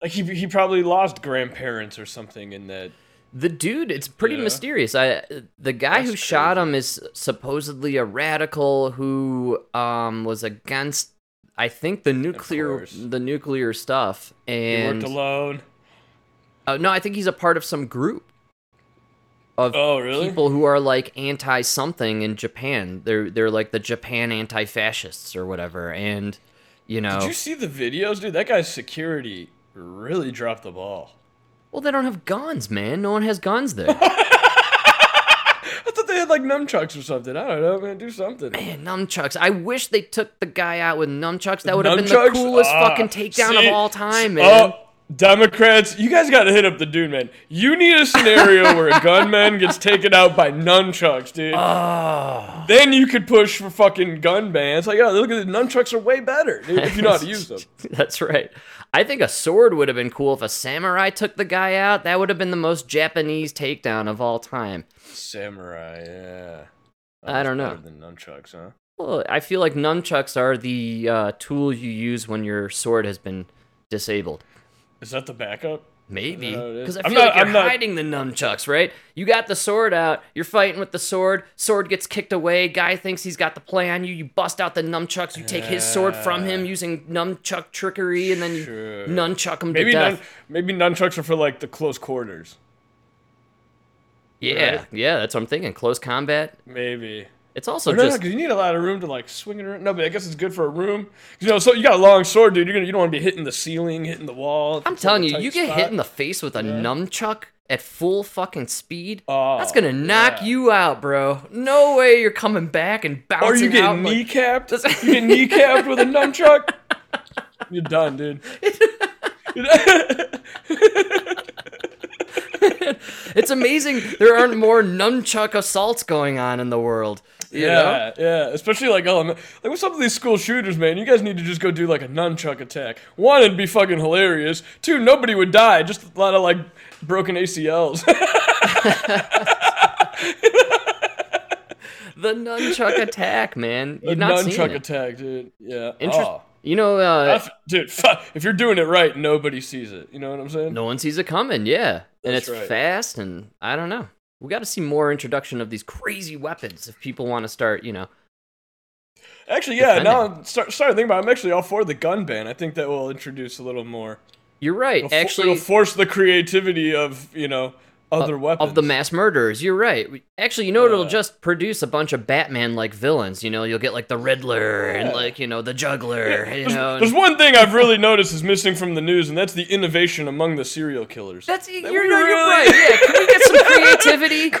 Like he, he probably lost grandparents or something in that.
the dude, it's pretty
Yeah.
mysterious. I the guy who
That's
shot
crazy.
him is supposedly a radical who um was against I think the nuclear
course.
the nuclear stuff
He
and
worked alone.
Uh, no, I think he's a part of some group of
Oh, really?
people who are like anti something in Japan. They're they're like the Japan anti fascists or whatever. And you know,
Did you see the videos, dude? That guy's security really dropped the ball.
well, they don't have guns, man. No one has guns there.
I thought they had like nunchucks or something. I don't know, man. Do something.
Man, nunchucks. I wish they took the guy out with nunchucks. That would have been the coolest
Ah,
fucking takedown
see?
of all time, man.
Oh, Democrats, you guys got to hit up the dude, man. You need a scenario where a gunman gets taken out by nunchucks, dude.
Ah.
Then you could push for fucking gun bans. Like, oh, look at the nunchucks are way better, dude, if you know how to use them.
That's right. I think a sword would have been cool if a samurai took the guy out. That would have been the most Japanese takedown of all time.
Samurai, yeah.
I don't know.
Better than nunchucks, huh?
Well, I feel like nunchucks are the uh, tool you use when your sword has been disabled.
Is that the backup?
Maybe.
Is that how it
Because
is?
I
I'm
feel
not-
like you're
I'm not-
hiding the nunchucks, right? You got the sword out, you're fighting with the sword, sword gets kicked away, guy thinks he's got the play on you, you bust out the nunchucks, you take his sword from him using nunchuck trickery, and then you nunchuck him
Maybe
to death.
nun- maybe nunchucks are for like the close quarters.
yeah,
right?
yeah, that's what I'm thinking. Close combat.
Maybe.
It's also
Or no, no,
just
'cause you need a lot of room to like swing it around. No, but I guess it's good for a room. 'Cause, You know, so you got a long sword, dude. You're gonna you don't want to be hitting the ceiling, hitting the wall.
I'm telling you, you get hit in the face with a nunchuck at full fucking speed.
Oh,
that's gonna knock you out, bro. No way you're coming back and bouncing
Or you get
out like-
kneecapped. you get kneecapped with a nunchuck. You're done, dude.
it's amazing there aren't more nunchuck assaults going on in the world. you know?
Yeah, yeah. Especially like element. Like with some of these school shooters, man. You guys need to just go do like a nunchuck attack. One, it'd be fucking hilarious. Two, nobody would die. Just a lot of like broken ACLs.
The nunchuck attack, man.
a
You're not seeing
nunchuck
it.
attack, dude. Yeah.
Interest-
Oh.
You know, uh,
That's- dude, fu- if you're doing it right, nobody sees it. You know what I'm saying?
no one sees it coming. Yeah, and
That's
it's
right.
fast, and I don't know. We got to see more introduction of these crazy weapons if people want to start. You know,
Actually, yeah.
Defending.
Now I'm start, starting to think about. It. I'm actually all for the gun ban. I think that will introduce a little more.
you're right.
It'll fo-
Actually,
it'll force the creativity of you know other weapons Uh.
of the mass murderers. You're right. We- Actually, you know, it'll just produce a bunch of Batman-like villains. You know, you'll get like the Riddler and like you know the Juggler. You
There's,
know, and-
there's one thing I've really noticed is missing from the news, and that's the innovation among the serial killers.
that's you're,
we
no, you're
really-
right. Yeah, can we get some creativity?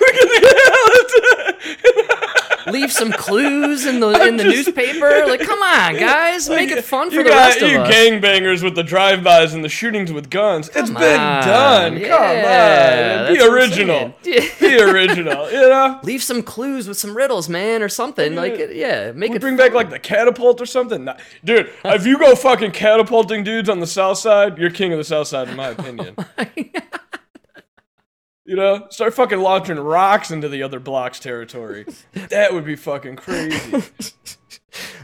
Leave some clues in the in the
just-
newspaper. Like, come on, guys, make it fun for
you
the
got
rest of
you
us.
gangbangers with the drive-bys and the shootings with guns. it's
Come
been
on,
done.
yeah,
Come on,
that's
be
what I'm
original.
saying.
Be original. You know.
Leave some clues with some riddles, man, or something. Like, it- yeah, make
We
it
bring back like the catapult or something, Nah, dude. If you go fucking catapulting dudes on the south side, you're king of the south side, in my opinion. you know, start fucking launching rocks into the other block's territory. that would be fucking crazy.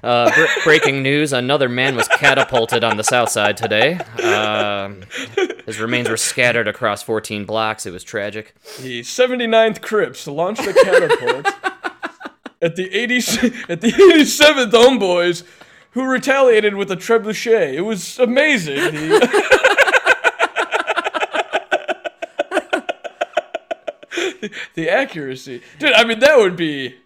Uh, br- breaking news: Another man was catapulted on the south side today. Um, his remains were scattered across 14 blocks. It was tragic.
the 79th Crips launched a catapult at the 80, at the 87th Homeboys, who retaliated with a trebuchet. It was amazing. The- the accuracy, dude. I mean, that would be.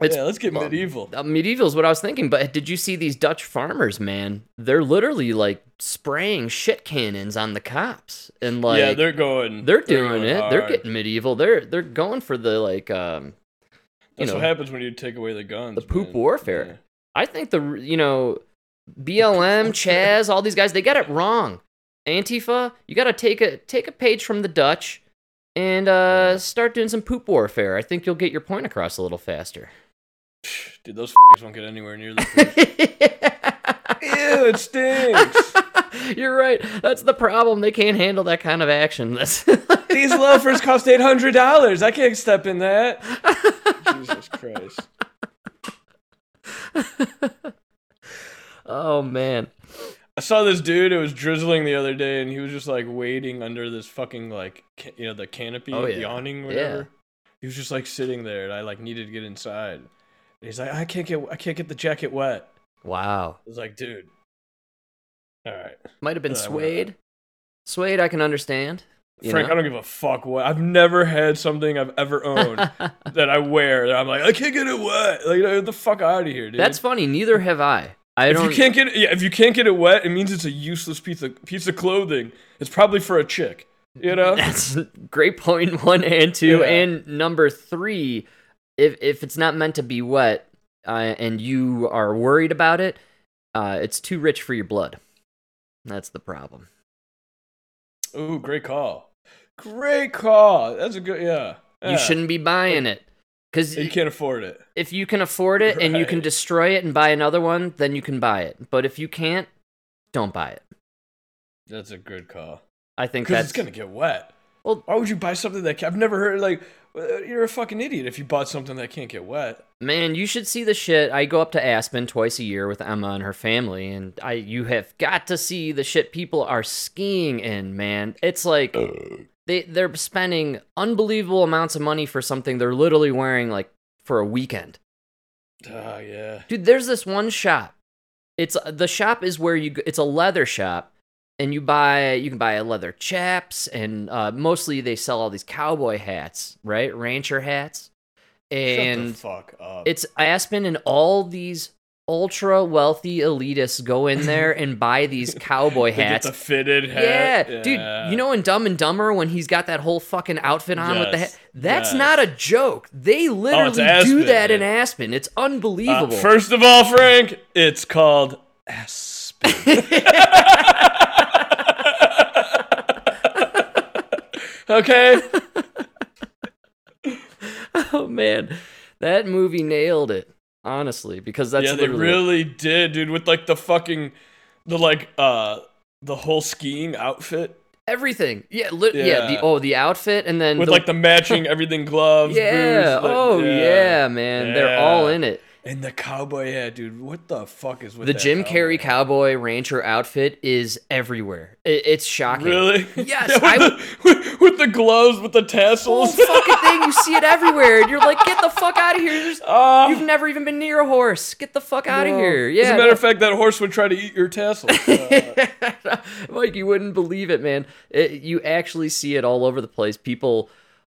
It's-
yeah, let's get medieval.
Uh, medieval is what I was thinking, but did you see these Dutch farmers, man? They're literally like spraying shit cannons on the cops, and like
yeah, they're going.
they're doing
going
it. They're
hard.
getting medieval. They're they're going for the like um, you
That's
know
what happens when you take away the guns.
the poop
man.
warfare.
Yeah.
I think the you know BLM, Chaz, all these guys they got it wrong. Antifa, you got to take a take a page from the Dutch and uh, start doing some poop warfare. I think you'll get your point across a little faster.
Dude, those f- won't get anywhere near the. poop. Ew, it stinks.
You're right. That's the problem. They can't handle that kind of action. That's
These loafers cost eight hundred dollars. I can't step in that. Jesus Christ.
oh man.
I saw this dude. It was drizzling the other day, and he was just like waiting under this fucking like ca- you know the canopy,
Oh,
the
yeah.
awning,
Yeah.
whatever. He was just like sitting there, and I like needed to get inside. And he's like, I can't get, I can't get the jacket wet.
Wow.
I was like, dude. All right,
Might have been
Uh, whatever.
suede. Suede, I can understand. you
Frank.
know?
I don't give a fuck what. I've never had something I've ever owned that I wear that I'm like, I can't get it wet. Like, get the fuck out of here, dude.
That's funny. Neither have I. I
if
don't.
you can't get it, yeah, if you can't get it wet, it means it's a useless piece of piece of clothing. It's probably for a chick, you know.
That's great point one and two
Yeah.
and number three. if if it's not meant to be wet uh, and you are worried about it, uh, it's too rich for your blood. That's the problem.
Ooh, great call. Great call. That's a good yeah. yeah.
You shouldn't be buying it because
you can't afford it.
If you can afford it and you can destroy it and buy another one, then you can buy it. But if you can't, don't buy it.
That's a good call.
I think
Because
that's
it's gonna get wet. Well, why would you buy something that I've never heard? Like, uh, you're a fucking idiot if you bought something that can't get wet.
Man, you should see the shit. I go up to Aspen twice a year with Emma and her family, and I you have got to see the shit people are skiing in, man. It's like they they're spending unbelievable amounts of money for something they're literally wearing like for a weekend.
Oh yeah.
Dude, there's this one shop. It's the shop is where you g- it's a leather shop and you buy you can buy leather chaps and uh, mostly they sell all these cowboy hats, right? Rancher hats. And
fuck up.
it's Aspen and all these ultra wealthy elitists go in there and buy these cowboy
They get
hats.
the fitted
Yeah.
hat.
dude, you know in Dumb and Dumber when he's got that whole fucking outfit on with the
Yes,
hat? That's
yes. Oh,
not a joke. They literally do
Aspen,
that in
yeah.
Aspen. It's
Uh,
unbelievable.
first of all, Frank, it's called Aspen. okay.
oh man, that movie nailed it. Honestly, because that's
yeah, they
literally-
really did, dude, with like the fucking the like uh the whole skiing outfit.
everything. Yeah, li- yeah.
Yeah.
The oh, the outfit, and then
with like the matching everything gloves.
Yeah,
boots, like-
oh, yeah, man, they're all in it.
And the cowboy hat, dude. What the fuck is with
the
that
Jim
cowboy
Carrey cowboy rancher outfit is everywhere. I- it's shocking.
Really?
Yes,
Yeah, with,
I-
the, with the gloves, with the tassels.
fucking thing. You see it everywhere, and you're like, "Get the fuck out of here!" There's-
Ah.
you've never even been near a horse. Get the fuck out of
No.
here.
As
Yeah,
a matter of fact, that horse would try to eat your tassel.
Mike, you wouldn't believe it, man. It, you actually see it all over the place. People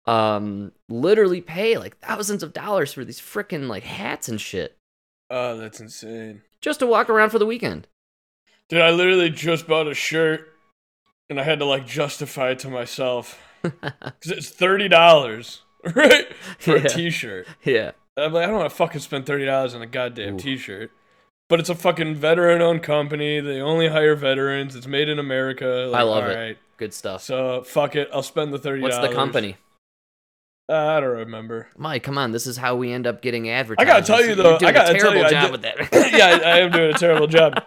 um literally pay like thousands of dollars for these freaking like hats and shit
oh, that's insane.
just to walk around for the weekend.
Dude, I literally just bought a shirt and I had to like justify it to myself. Because it's $30, right? For
Yeah.
a t shirt.
Yeah.
I'm like, I don't want to fucking spend $30 on a goddamn t shirt. But it's a fucking veteran owned company. They only hire veterans. It's made in America. Like,
I love
all
it.
right.
Good stuff.
So fuck it. I'll spend the $30.
What's the company?
Uh, I don't remember.
Mike, come on. This is how we end up getting
I
advertised.
gotta tell you though,
doing
I gotta
a terrible
tell you,
job
I
with
did-
that.
yeah, I I am doing a terrible job.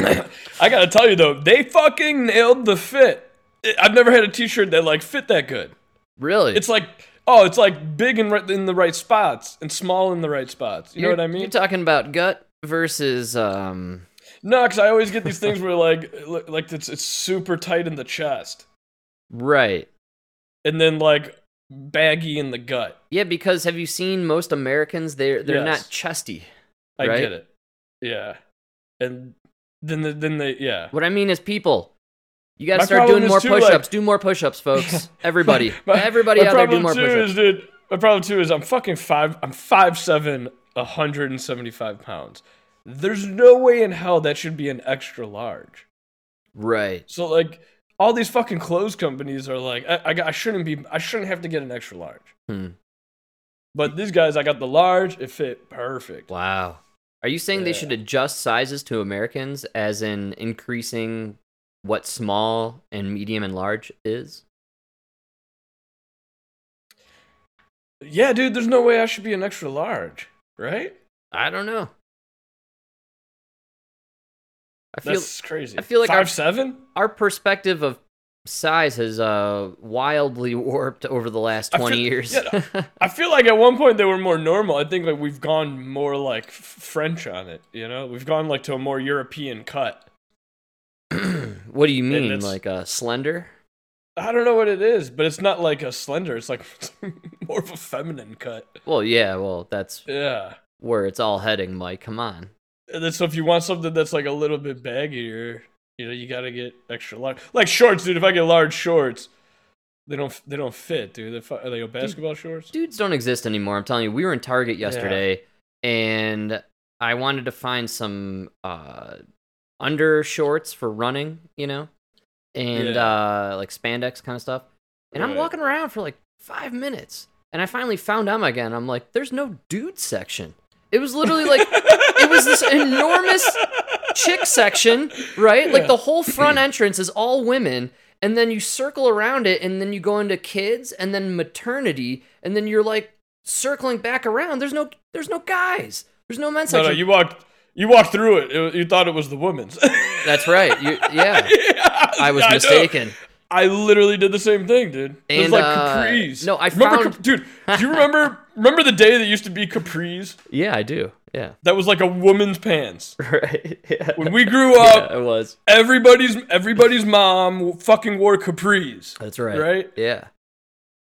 I gotta tell you though, they fucking nailed the fit. I- I've never had a T-shirt that like fit that good.
Really?
It's like, oh, it's like big and right in the right spots and small in the right spots. You
You're-
know what I mean?
You're talking about gut versus um.
no, because I always get these things where like, li- like it's it's super tight in the chest
Right.
and then like baggy in the gut.
Yeah, because have you seen most Americans? They're they're
Yes.
not chesty.
I
right?
get it. Yeah, and then the, then they yeah.
What I mean is people. You gotta
My
start
problem
doing
is
more
too,
push ups.
like-
do more push ups, folks. Everybody.
My-
Everybody
my
out there do
problem
more
too
push ups.
Is, dude, my problem too is I'm fucking five. I'm five seven, 175 pounds. There's no way in hell that should be an extra large.
Right.
So like, all these fucking clothes companies are like, I, I, got- I shouldn't be. I shouldn't have to get an extra large.
Hmm.
But these guys, I got the large. It fit perfect.
Wow. Are you saying they should adjust sizes to Americans as in increasing what small and medium and large is?
Yeah, dude. There's no way I should be an extra large, right?
I don't know. I feel
That's crazy.
I feel like our-
five seven.
our perspective of size has uh wildly warped over the last
I
20
feel-
years.
yeah, I feel like at one point they were more normal. I think like we've gone more like f- French on it. You know, we've gone like to a more European cut.
what do you mean
it's-
like uh slender?
I don't know what it is, but it's not like a slender. It's like more of a feminine cut.
Well, yeah, well, that's
Yeah.
where it's all heading, Mike. Come on.
And then, so if you want something that's like a little bit baggier, you know, you gotta get extra large. Like shorts, dude. If I get large shorts, they don't they don't fit, dude. They're, fu- are they basketball shorts?
Dudes don't exist anymore. I'm telling you, we were in Target yesterday and I wanted to find some uh under shorts for running, you know? And uh like spandex kind of stuff. And I'm
Right.
walking around for like 5 minutes and I finally found them again. I'm like, there's no dude section. It was literally like it was this enormous chick section, right? Like the whole front entrance is all women, and then you circle around it, and then you go into kids, and then maternity, and then you're like circling back around. There's no there's no guys. There's no men's
No, no,
section.
you walked. You walked through it. It- You thought it was the woman's.
That's right. You, yeah. I was
I know.
mistaken.
I literally did the same thing, dude. It was
And,
like
uh,
capris.
no, I
remember,
found-
cap- dude. Do you remember? remember the day that used to be capris?
Yeah, I do. Yeah.
That was like a woman's pants.
Right. Yeah.
When we grew up,
it was.
everybody's everybody's mom fucking wore capris.
That's right.
Right?
Yeah.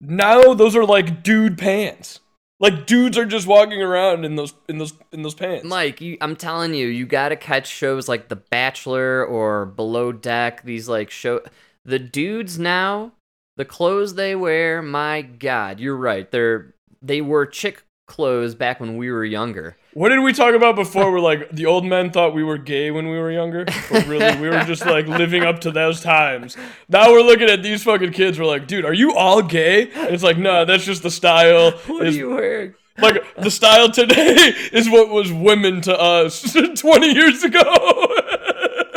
Now those are like dude pants. Like dudes are just walking around in those in those in those pants.
Mike, you, I'm telling you, you got to catch shows like The Bachelor or Below Deck. These like show the dudes now, the clothes they wear. My God, you're right. They're they were chick clothes back when we were younger.
What did we talk about before? We're like the old men thought we were gay when we were younger, but really we were just like living up to those times. Now we're looking at these fucking kids. We're like, dude, are you all gay? And it's like, no, that's just the style.
What are
It's-
you wearing?
Like the style today is what was women to us 20 years ago.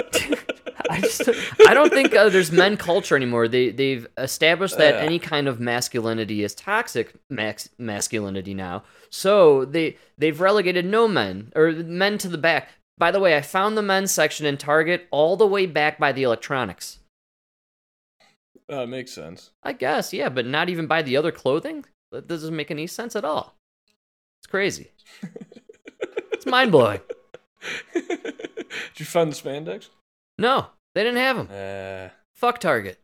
I just I don't think uh, there's men culture anymore. They they've established that
Yeah.
any kind of masculinity is toxic max, masculinity now. So they they've relegated no men or men to the back. By the way, I found the men's section in Target all the way back by the electronics.
Uh, makes sense.
I guess, yeah, but not even by the other clothing. That doesn't make any sense at all. It's crazy. it's mind blowing.
Did you find the spandex?
No, they didn't have them.
Uh,
Fuck Target.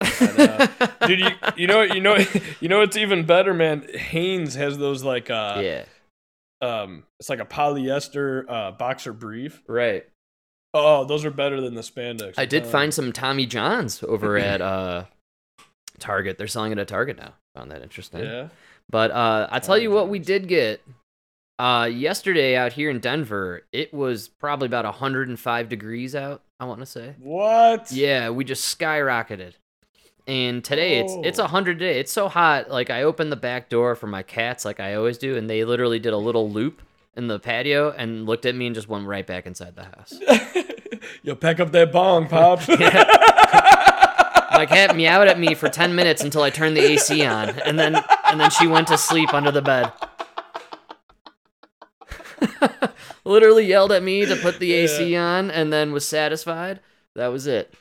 Dude, you, you know you know you know it's even better, man. Hanes has those like uh
yeah,
um it's like a polyester uh boxer brief.
right.
Oh, those are better than the spandex.
I did
Uh,
find some Tommy Johns over at uh, Target. They're selling it at Target now. Found that interesting.
Yeah.
But uh, I tell you what, we did get uh, yesterday out here in Denver. It was probably about 105 degrees out. I want to say.
What?
Yeah, we just skyrocketed. And today it's it's
Oh.
100 today. It's so hot. Like I opened the back door for my cats, like I always do, and they literally did a little loop in the patio and looked at me and just went right back inside the house.
Yo, pack up that bong, pops.
My cat meowed at me for ten minutes until I turned the AC on, and then and then she went to sleep under the bed. Literally yelled at me to put the AC on, and then was satisfied. That was it.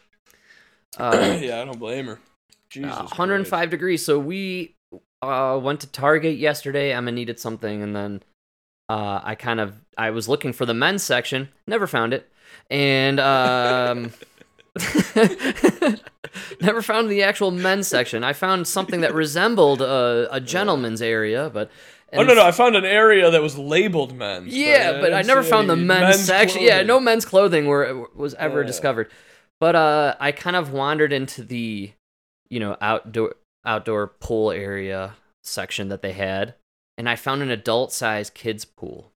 Uh,
yeah, I don't blame her. Jesus.
uh,
Christ.
105 degrees. So we uh, went to Target yesterday. Emma needed something, and then uh, I kind of I was looking for the men's section, never found it, and um, never found the actual men's section. I found something that resembled a, a gentleman's area, but
Oh no, no, I found an area that was labeled men's.
yeah, but I
didn't
never
see
found the
any
men's, section. Yeah,
clothing.
no men's clothing were was ever
Yeah.
discovered. But uh, I kind of wandered into the, you know, outdoor outdoor pool area section that they had, and I found an adult size kids pool.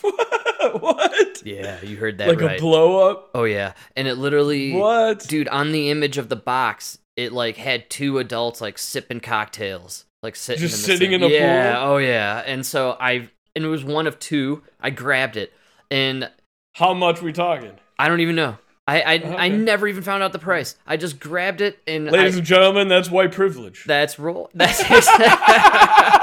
what?
Yeah, you heard that
Like
right.
a blow up?
oh yeah, and it literally,
What?
dude, on the image of the box, it like had two adults like sipping cocktails, like sitting
Just
in the
sitting
same-
in a
yeah,
pool?
oh yeah. And so I, and it was one of two. I grabbed it, and
How much we talking?
I don't even know. I I, I
Oh, okay.
never even found out the price. I just grabbed it and I-
Ladies and gentlemen, that's white privilege.
that's roll. That's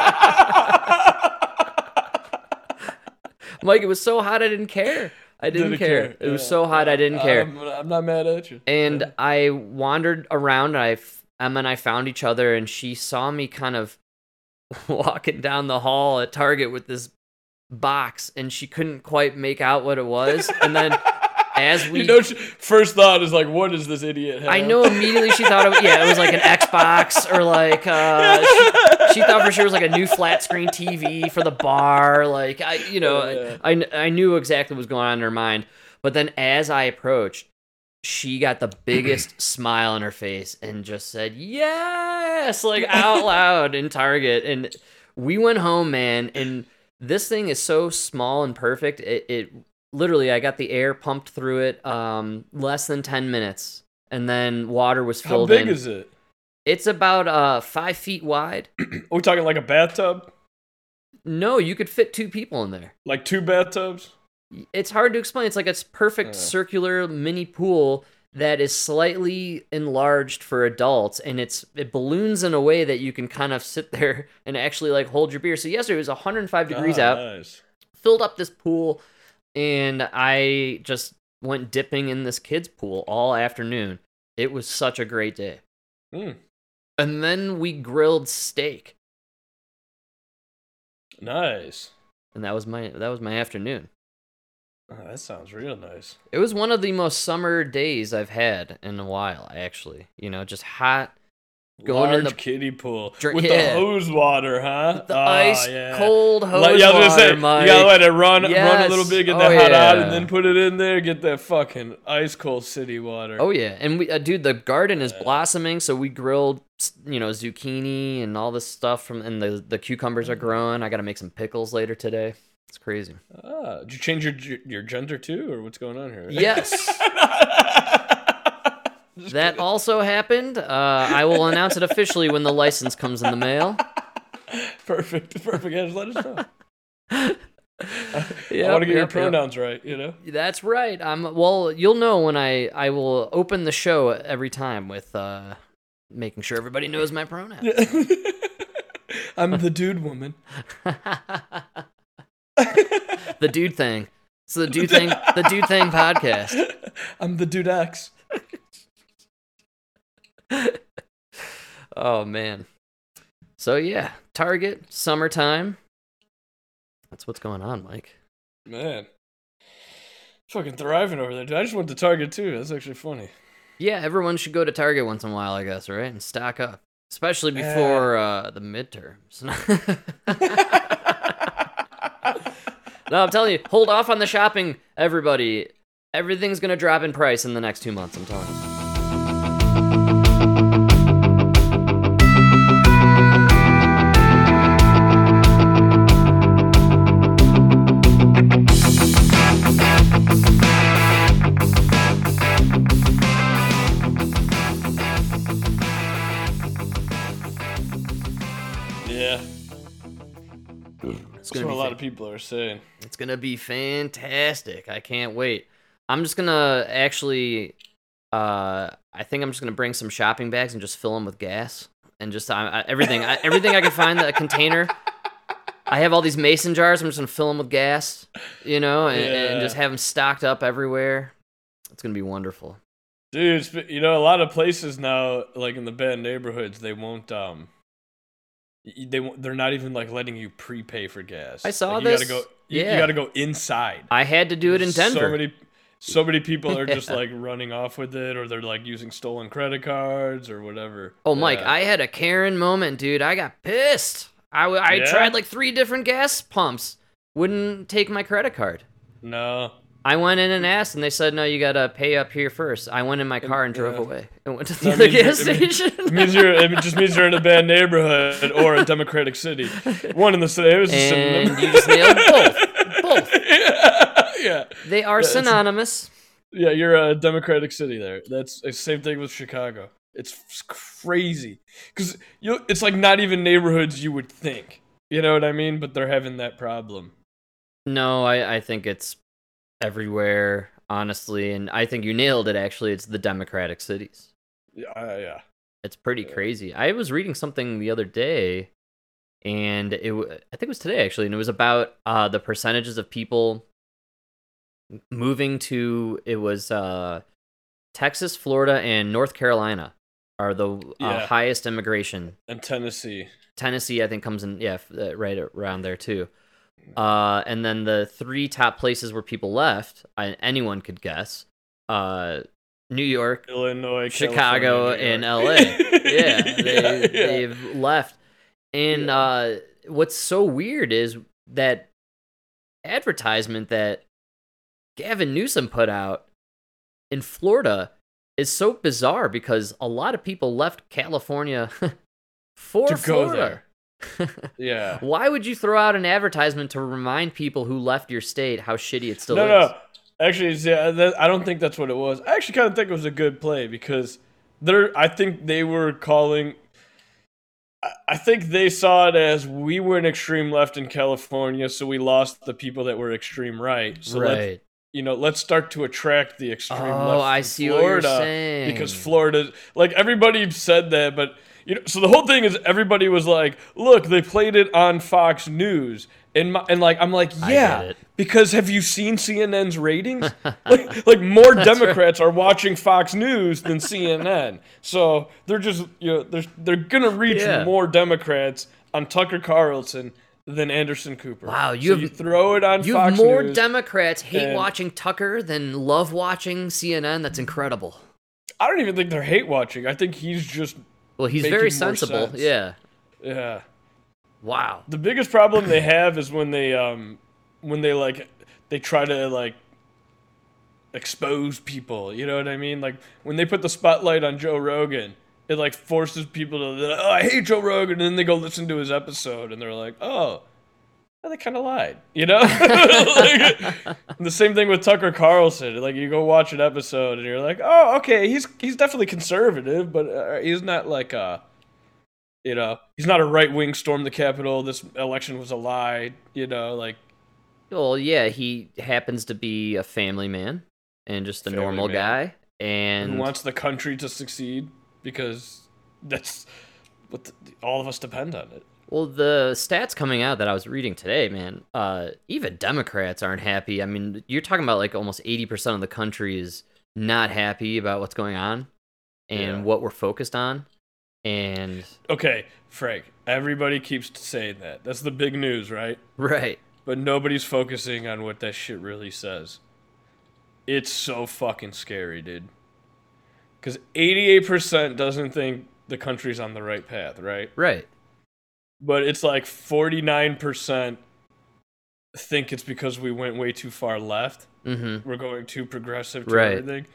Mike. It was so hot I didn't care. I didn't, care. It was
Yeah, Um,
so hot I didn't care.
I'm, I'm not mad at you.
and I wandered around. I f- Emma and I found each other, and she saw me kind of walking down the hall at Target with this box, and she couldn't quite make out what it was. And then as we
you know, she, first thought is like, what does this idiot have?
I know immediately she thought, it, yeah, it was like an Xbox or like uh, she, she thought for sure it was like a new flat screen TV for the bar. Like I, you know, I, I I knew exactly what was going on in her mind. But then as I approached, she got the biggest smile on her face and just said yes, like out loud in Target. And we went home, man. And this thing is so small and perfect. It, it literally, I got the air pumped through it, um, less than ten minutes, and then water was
How
filled
big
in.
is it?
It's about uh five feet wide.
Are we talking like a bathtub?
No, you could fit two people in there.
Like two bathtubs?
It's hard to explain. It's like a perfect circular mini pool that is slightly enlarged for adults and it's it balloons in a way that you can kind of sit there and actually like hold your beer. So yesterday it was 105 degrees out.
Ah, Nice.
Filled up this pool and I just went dipping in this kids pool all afternoon. It was such a great day.
Mm,
And then we grilled steak
nice.
and that was my that was my afternoon.
Oh, that sounds real nice.
It was one of the most summer days I've had in a while, actually. You know, just hot, going
Large
in the
kiddie pool
Drink-
with
yeah.
the hose water, huh?
the
Ah,
ice
yeah.
cold
Like,
hose
yeah, I was gonna
water,
say,
Mike.
You gotta let it run, run a little
Yes.
bit, get
Oh,
that hot out,
yeah.
and then put it in there. Get that fucking ice cold city water.
Oh yeah, and we uh, dude, the garden is blossoming, so we grilled, s- you know, zucchini and all this stuff from, and the the cucumbers are growing. I got to make some pickles later today. It's crazy. Oh.
Ah, did you change your g- your gender too, or what's going on here?
Yes. that also happened. Uh, I will announce it officially when the license comes in the mail.
perfect, perfect. Yeah, just let us know.
Yep,
I want to get your
yep, yep.
pronouns right. You know.
That's right. I'm well. You'll know when I I will open the show every time with uh, making sure everybody knows my pronouns.
I'm the dude woman.
the dude thing. It's the dude thing. The dude thing podcast.
I'm the dude X.
Oh man. So yeah, Target summertime. That's what's going on, Mike.
Man. Fucking thriving over there, dude. I just went to Target too. That's actually funny.
Yeah, everyone should go to Target once in a while, I guess, right? And stock up, especially before uh, the midterms. no, I'm telling you, hold off on the shopping, everybody. Everything's gonna drop in price in the next two months. I'm telling you.
Yeah. That's
gonna
what
be
a lot
thick.
of people are saying.
It's gonna be fantastic. I can't wait. I'm just gonna actually. Uh, I think I'm just gonna bring some shopping bags and just fill them with gas and just I, I, everything. I, everything I can find a container. I have all these mason jars. I'm just gonna fill them with gas, you know, and, and just
Yeah.
have them stocked up everywhere. It's gonna be wonderful.
Dude, it's been- you know, a lot of places now, like in the bad neighborhoods, they won't, um, y- they won't, they're not even like letting you prepay for gas.
I saw
Like,
this.
You gotta go, you,
Yeah.
you gotta go inside.
I had to do it in Denver.
So many, so many people are just
Yeah.
like running off with it, or they're like using stolen credit cards or whatever.
Oh, Mike,
Yeah.
I had a Karen moment, dude. I got pissed. I, w- I
Yeah?
tried like three different gas pumps. Wouldn't take my credit card.
no.
I went in and asked, and they said, no, you got to pay up here first. I went in my car and drove
yeah.
away and went to the
That
other
means-
gas
it means-
station.
It means you're, it just means you're in a bad neighborhood or a democratic city. One in the city. It was a synonym.
and you just nailed both. Both. Eh.
yeah,
They are
That's-
synonymous.
yeah. You're a democratic city there. That's the same thing with Chicago. It's f- crazy because you. It's like not even neighborhoods you would think. You know what I mean? But they're having that problem.
No, I, I think it's everywhere, honestly. And I think you nailed it, actually. It's the Democratic cities.
Yeah, uh, yeah.
It's pretty crazy. I was reading something the other day, and it w- I think it was today actually, and it was about uh, the percentages of people moving to it was uh, Texas, Florida, and North Carolina are the uh,
Yeah.
highest immigration.
And Tennessee.
Tennessee, I think, comes in yeah f- uh, right around there too.
Mm.
Uh, and then the three top places where people left, I, anyone could guess. Uh, New York,
Illinois,
Chicago and
California,
LA. yeah, they,
yeah.
they've left. And uh, what's so weird is that advertisement that Gavin Newsom put out in Florida is so bizarre because a lot of people left California for
To go
Florida.
yeah.
Why would you throw out an advertisement to remind people who left your state how shitty it still
no,
is?
no. Actually, it's- yeah, that, I don't think that's what it was. I actually kind of think it was a good play because They're, I think they were calling. I- I think they saw it as we were an extreme left in California, so we lost the people that were extreme right. So let's-
Right.
you know, let's start to attract the extreme
Oh,
left.
I
from
see what you're
Florida
saying.
because Florida, like everybody said that, but you know, so the whole thing is everybody was like, "Look, they played it on Fox News," and my, and like I'm like,
I get
yeah,
it.
because have you seen CNN's ratings? like, like more
That's right.
Democrats are watching Fox News than CNN, so they're just you know they're they're gonna reach
Yeah.
more Democrats on Tucker Carlson than Anderson Cooper.
Wow, you
So
have-
you throw it on
You have
Fox
more
News.
Democrats hate
and-
watching Tucker than love watching CNN. That's incredible.
I don't even think they're hate watching. I think he's just
Well, he's
making
very
more
sensible.
sense.
Yeah.
yeah.
Wow.
The biggest problem they have is when they um when they like they try to like expose people. You know what I mean? Like when they put the spotlight on Joe Rogan, it like forces people to oh I hate Joe Rogan, and then they go listen to his episode, and they're like oh. well, they kind of lied, you know. Like, the same thing with Tucker Carlson. Like you go watch an episode, and you're like, "Oh, okay, he's he's definitely conservative, but uh, he's not like uh, you know, he's not a right wing storm the Capitol. This election was a lie. You know, like
Well, yeah, he happens to be a family man and just a
Family
normal
man.
guy. And
who wants the country to succeed because that's what the, all of us depend on it.
Well, the stats coming out that I was reading today, man, uh, even Democrats aren't happy. I mean, you're talking about like almost 80% of the country is not happy about what's going on and
Yeah.
what we're focused on. And,
Okay, Frank. Everybody keeps saying that. That's the big news, right?
right.
But nobody's focusing on what that shit really says. It's so fucking scary, dude. Because 88% doesn't think the country's on the right path, right?
Right.
but it's like 49% think it's because we went way too far left.
Mhm.
We're going too progressive to
Right.
everything.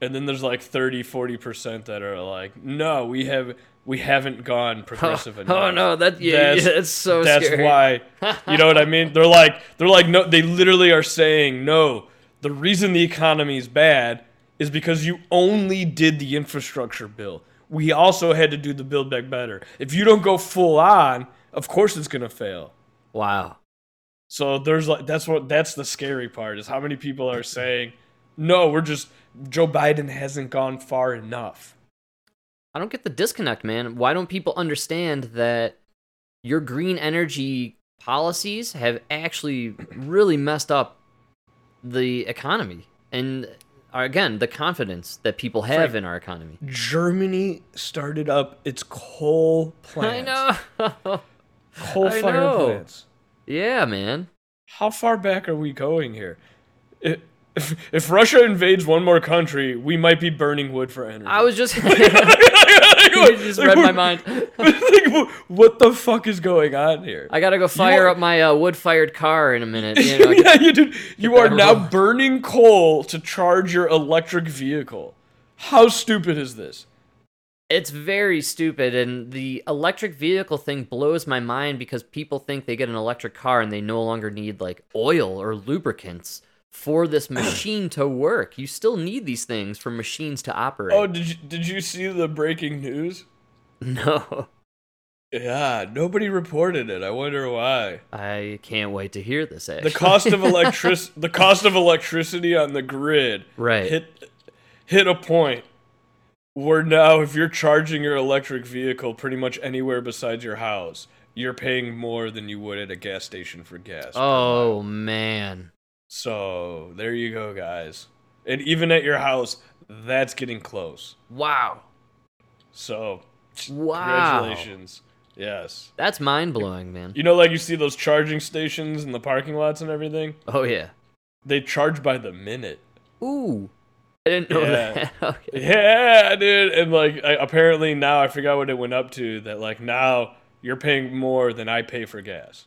And then there's like 30, 40% that are like, "No, we have we haven't gone progressive
Oh,
enough."
no, that- yeah, yeah, that's so
That's
scary.
why. You know what I mean? They're like they're like no they literally are saying, "No, the reason the economy is bad is because you only did the infrastructure bill. We also had to do the build back better. If you don't go full on, of course it's going to fail."
Wow.
So there's like that's what that's the scary part is how many people are saying, "No, we're just Joe Biden hasn't gone far enough."
I don't get the disconnect, man. Why don't people understand that your green energy policies have actually really messed up the economy and uh, again the confidence that people have
Frank,
in our economy?
Germany started up its coal plants.
I know.
Coal
I
fire
know.
plants.
Yeah, man.
How far back are we going here? I- If, if Russia invades one more country, we might be burning wood for energy.
I was just You just read my mind.
Like, what the fuck is going on here?
I gotta go fire up my uh, wood-fired car in a minute. You know,
yeah, you did. You are
that
now
wrong.
burning coal to charge your electric vehicle. How stupid is this?
It's very stupid, and the electric vehicle thing blows my mind because people think they get an electric car and they no longer need like oil or lubricants for this machine to work. You still need these things for machines to operate.
Oh, did you, did you see the breaking news?
no,
Yeah, nobody reported it. I wonder why.
I can't wait to hear this. Actually.
The cost of electric the cost of electricity on the grid
Right.
hit hit a point where now if you're charging your electric vehicle pretty much anywhere besides your house, you're paying more than you would at a gas station for gas.
oh man,
So there you go, guys. And even at your house, that's getting close.
wow,
So
wow,
congratulations. Yes.
that's mind blowing, man.
You know, like you see those charging stations in the parking lots and everything?
Oh yeah,
They charge by the minute.
ooh, I didn't know
Yeah.
that. okay.
Yeah, dude. And like, I, apparently now I forgot what it went up to. That like now you're paying more than I pay for gas.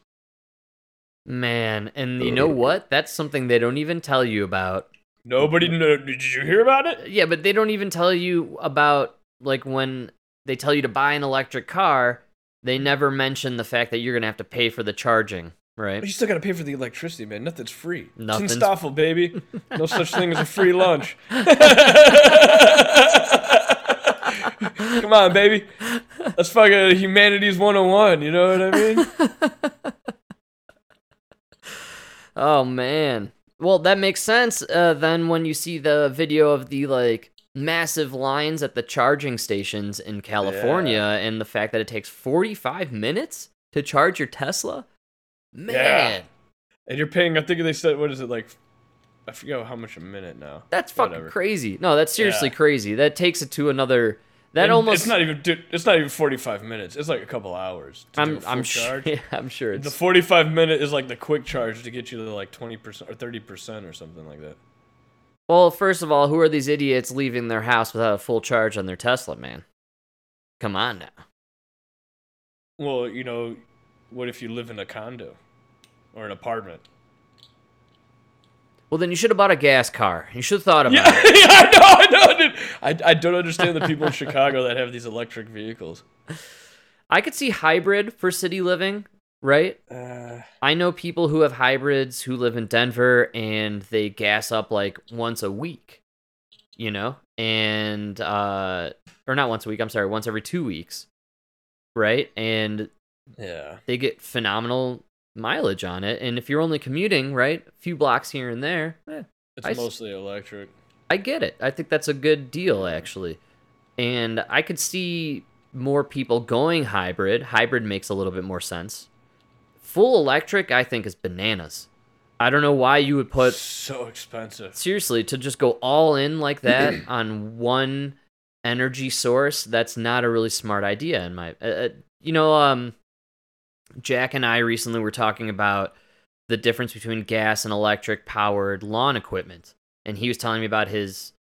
Man, and
Oh,
you know what? That's something they don't even tell you about.
Nobody know. Did you hear about it?
Yeah, but they don't even tell you about like when they tell you to buy an electric car, they never mention the fact that you're gonna have to pay for the charging,
But
right?
you still gotta pay for the electricity, man. Nothing's free.
Nothing's-
It's in Stoffel, baby. No such thing as a free lunch. Come on, baby. That's fucking humanities 101, you know what I mean?
Oh man. Well, that makes sense. Uh, then when you see the video of the like massive lines at the charging stations in California and the fact that it takes 45 minutes to charge your Tesla, man,
And you're paying, I think they said, what is it, like, I forget how much a minute now.
that's fucking
Whatever.
crazy. No, that's seriously
Yeah.
crazy. That takes it to another. That
And
almost.
It's not even. Dude, it's not even forty-five minutes. It's like a couple hours. to do a
I'm.
full
I'm sure.
charge.
Yeah, I'm sure it's.
The forty-five minute is like the quick charge to get you to like twenty percent or thirty percent or something like that.
well, first of all, who are these idiots leaving their house without a full charge on their Tesla, man? Come on now.
Well, you know, what if you live in a condo or an apartment?
Well, then you should have bought a gas car. You should have thought about it.
yeah, I know, I know, dude. I, I don't understand the people in Chicago that have these electric vehicles.
I could see hybrid for city living, right? I know people who have hybrids who live in Denver and they gas up like once a week, you know? And, uh, or not once a week, I'm sorry, once every two weeks, right? And
Yeah.
they get phenomenal mileage on it. And if you're only commuting, right, a few blocks here and there, eh,
It's
I s-
mostly electric.
I get it. I think that's a good deal, actually. And I could see more people going hybrid. Hybrid makes a little bit more sense. Full electric, I think, is bananas. I don't know why you would put,
So expensive.
seriously, to just go all in like that on one energy source. That's not a really smart idea, in my. Uh, uh, you know, um, Jack and I recently were talking about the difference between gas and electric powered lawn equipment. And he was telling me about his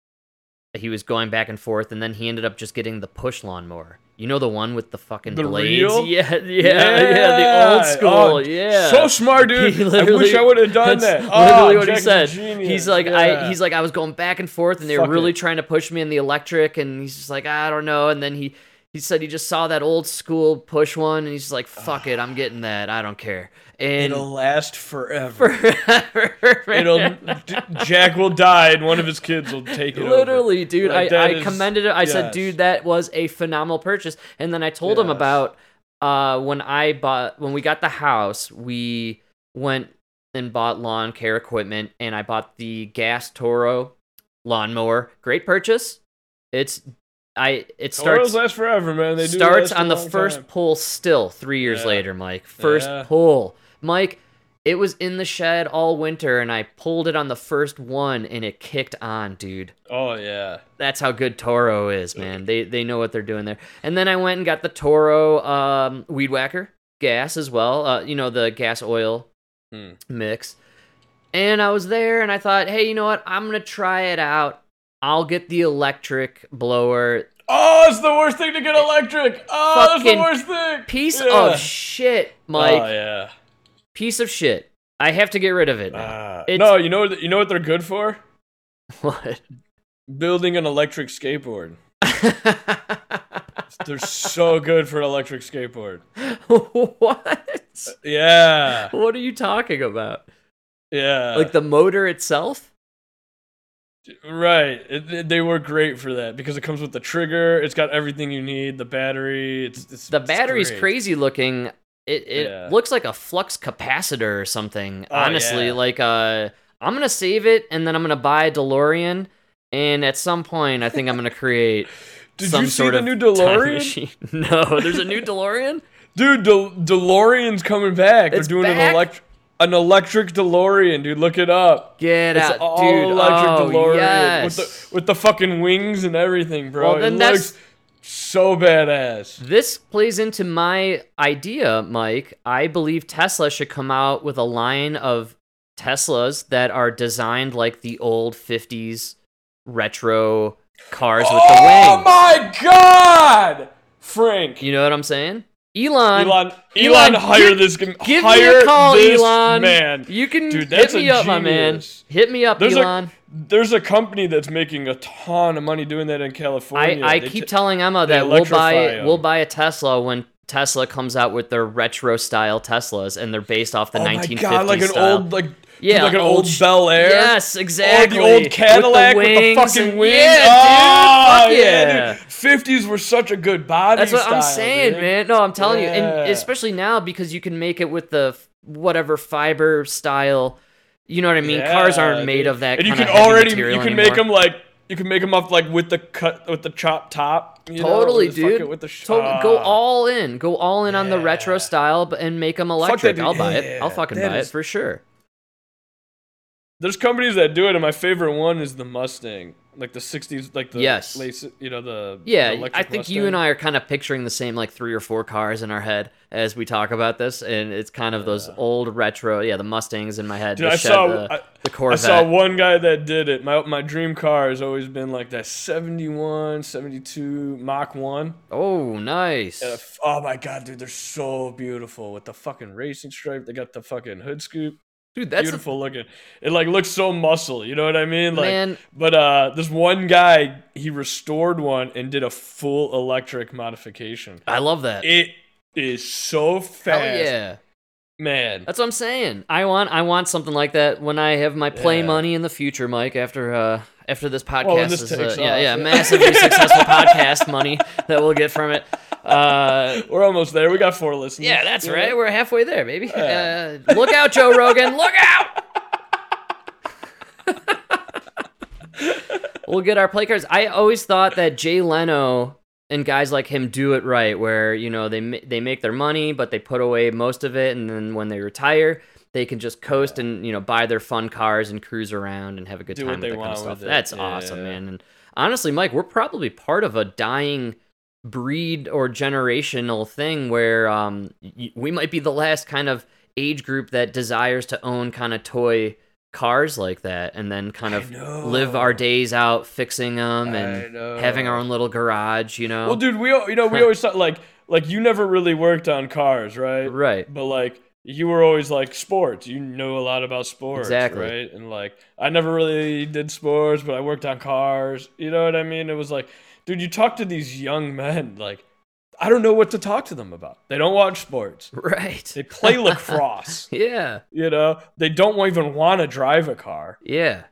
he was going back and forth and then he ended up just getting the push lawnmower. You know the one with the fucking
The
blades?
real?
Yeah, yeah, yeah, the old
Yeah.
school.
Oh,
yeah.
so smart, dude.
He
I
literally-
wish I would've done
that's
that. Oh,
literally what
Jack's
he
a
said.
genius.
He's like I
Yeah.
he's like I was going back and forth and they
Fuck
were really
it.
trying to push me in the electric and he's just like I don't know and then he he said he just saw that old school push one and he's just like fuck it, I'm getting that. I don't care. And
It'll last forever. It'll D- Jack will die and one of his kids will take it. over.
Literally, dude.
Like,
I,
that
I
is-
commended it. I said,
yes.
dude, that was a phenomenal purchase. And then I told him
Yes.
about uh, when I bought when we got the house, we went and bought lawn care equipment, and I bought the gas Toro lawnmower. Great purchase. It's I it
Toros
starts
last forever, man. They do
starts
last a
on the
long
first
time.
pull still three years
Yeah.
later mike first
Yeah.
pull mike it was in the shed all winter and i pulled it on the first one and it kicked on dude
Oh yeah.
that's how good toro is man they they know what they're doing there and then i went and got the toro um, weed whacker gas as well uh, you know the gas oil
Hmm.
mix and i was there and i thought hey you know what i'm gonna try it out i'll get the electric blower
Oh, it's the worst thing to get electric. Oh, that's the
Fucking
worst thing.
piece
Yeah.
of shit mike
Oh yeah.
piece of shit. I have to get rid of it. now.
Ah.
It's-
no, you know what- you know what they're good for?
What?
Building an electric skateboard. They're so good for an electric skateboard.
what?
Yeah.
What are you talking about?
Yeah.
Like the motor itself?
Right. It, it- they were great for that because it comes with the trigger. It's got everything you need. The battery. It's, it's
The
it's
battery's
great.
crazy looking. It it
Yeah.
looks like a flux capacitor or something.
Oh,
honestly,
yeah.
like uh, I'm gonna save it and then I'm gonna buy a DeLorean. And at some point, I think I'm gonna create
Did you
some
see
sort
the
of
new
time
DeLorean?
machine. No, there's a new DeLorean.
Dude, De- DeLorean's coming back.
It's
They're doing
back?
an electric an electric DeLorean, dude. Look it up.
Get
it's
out,
all
dude.
electric
oh,
DeLorean
yes.
with the with the fucking wings and everything, bro.
Well, then
it
that's-
looks so badass.
This plays into my idea, Mike. I believe Tesla should come out with a line of Teslas that are designed like the old 50s retro cars with the
oh
wings.
my god, Frank.
You know what I'm saying? Elon.
Elon, Elon,
Elon,
hire
give-
this g-
Give
hire
me a call,
this
Elon.
man.
You can
Dude, that's
hit me
a
up, my man.
genius.
Hit me up,
There's a-
Elon.
There's a company that's making a ton of money doing that in
I,
California.
I
They
keep
ta-
telling Emma
they
that we'll buy
electrify 'em.
we'll buy a Tesla when Tesla comes out with their retro style Teslas and they're based off the
oh my
1950s
god, like an
style.
old like
Yeah,
like an old,
sh-
Bel Air.
Yes, exactly.
Or the old Cadillac with the,
wings
fucking
and-
wings.
Yeah,
oh,
dude, fuck yeah.
dude. fifties were such a good body.
That's what I'm
style,
saying,
dude.
man. No, I'm telling you, and
Yeah.
especially now because you can make it with the f- whatever fiber style. You know what I mean? Cars
Yeah,
aren't made
dude.
of that.
And you
kinda
can
heavy
already you
material
can make
anymore.
them like you can make them up like with the cut with the chop top. you know,
totally,
with the fucking-
dude.
with the sh- Ah.
Totally. Go all in. Go all in on the retro style, but and make them
that,
electric.
dude.
I'll buy
Yeah,
it. I'll fucking
that
buy
is-
it for sure.
There's companies that do it, and my favorite one is the Mustang, like the '60s, like the
Yes.
lace, you know the
Yeah, I
the electric
think you
Mustang.
and I are kind of picturing the same like three or four cars in our head as we talk about this, and it's kind of those old retro. Yeah, the Mustangs in my head.
Dude,
the
I
Chev-
saw
the,
I,
the Corvette.
I saw one guy that did it. My my dream car has always been like that 71, 72 Mach one.
Oh, nice.
And, uh, f- oh my god, dude, they're so beautiful with the fucking racing stripe. They got the fucking hood scoop.
Dude, that's a-
beautiful looking. It like looks so muscle, you know what I mean? Like
Man.
but uh this one guy, he restored one and did a full electric modification.
I love that.
It is so fast.
Hell yeah.
Man.
That's what I'm saying. I want I want something like that when I have my play
Yeah.
money in the future, Mike. After uh after this podcast
when this
is uh,
takes
yeah
off,
yeah
yeah.
massively successful podcast money that we'll get from it. Uh,
We're almost there. We got four listeners.
yeah, that's
You know?
right. We're halfway there, baby. Uh, look out, Joe Rogan. Look out. we'll get our play cards. I always thought that Jay Leno and guys like him do it right, where you know they ma- they make their money, but they put away most of it, and then when they retire, they can just coast and you know buy their fun cars and cruise around and have a good
Do what
time
they
with that kind of
want with
stuff.
it.
That's
Yeah.
awesome, man. And honestly, Mike, we're probably part of a dying breed or generational thing where um y- we might be the last kind of age group that desires to own kind of toy cars like that and then kind of live our days out fixing them and having our own little garage you know
Well, dude, we al- you know we always thought like like you never really worked on cars, right?
Right.
But like you were always like sports. You know a lot about sports,
Exactly.
right? And like I never really did sports, but I worked on cars. You know what I mean? It was like, dude, you talk to these young men, like I don't know what to talk to them about. They don't watch sports.
Right.
They play lacrosse.
yeah
You know, they don't even want to drive a car
yeah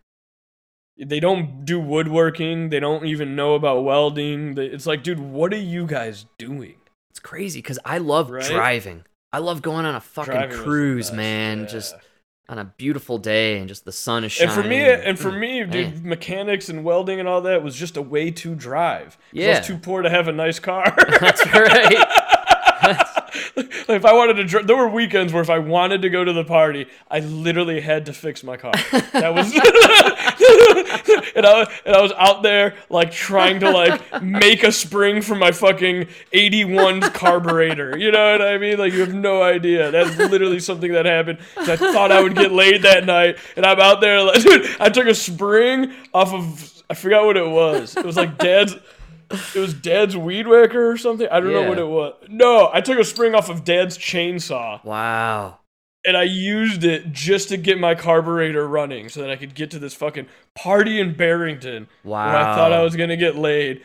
they don't do woodworking they don't even know about welding They- it's like dude what are you guys doing
it's crazy because i love
Right?
driving i love going on a fucking
Driving was the
cruise
best,
man just on a beautiful day and just the sun is
and
shining
for me and for me dude
Man.
mechanics and welding and all that was just a way to drive 'Cause i
Yeah.
was too poor to have a nice car
that's right
if i wanted to dri there were weekends where if i wanted to go to the party i literally had to fix my car that was and, I, was- and i was out there like trying to like make a spring for my fucking 81 carburetor you know what i mean like you have no idea that's literally something that happened 'cause i thought i would get laid that night and i'm out there like dude i took a spring off of i forgot what it was it was like dad's it was dad's weed whacker or something i don't know what
Yeah.
it was no i took a spring off of dad's chainsaw
wow
and I used it just to get my carburetor running so that I could get to this fucking party in Barrington where I thought I
Wow.
was gonna get laid.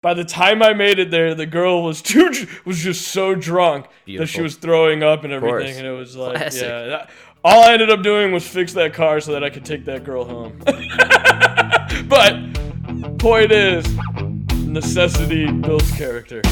By the time I made it there, the girl was too was just so drunk that she
Beautiful.
was throwing up and
course.
everything, and it was like,
Classic.
yeah. that- all I ended up doing was fix that car so that I could take that girl home. but point is, necessity builds character.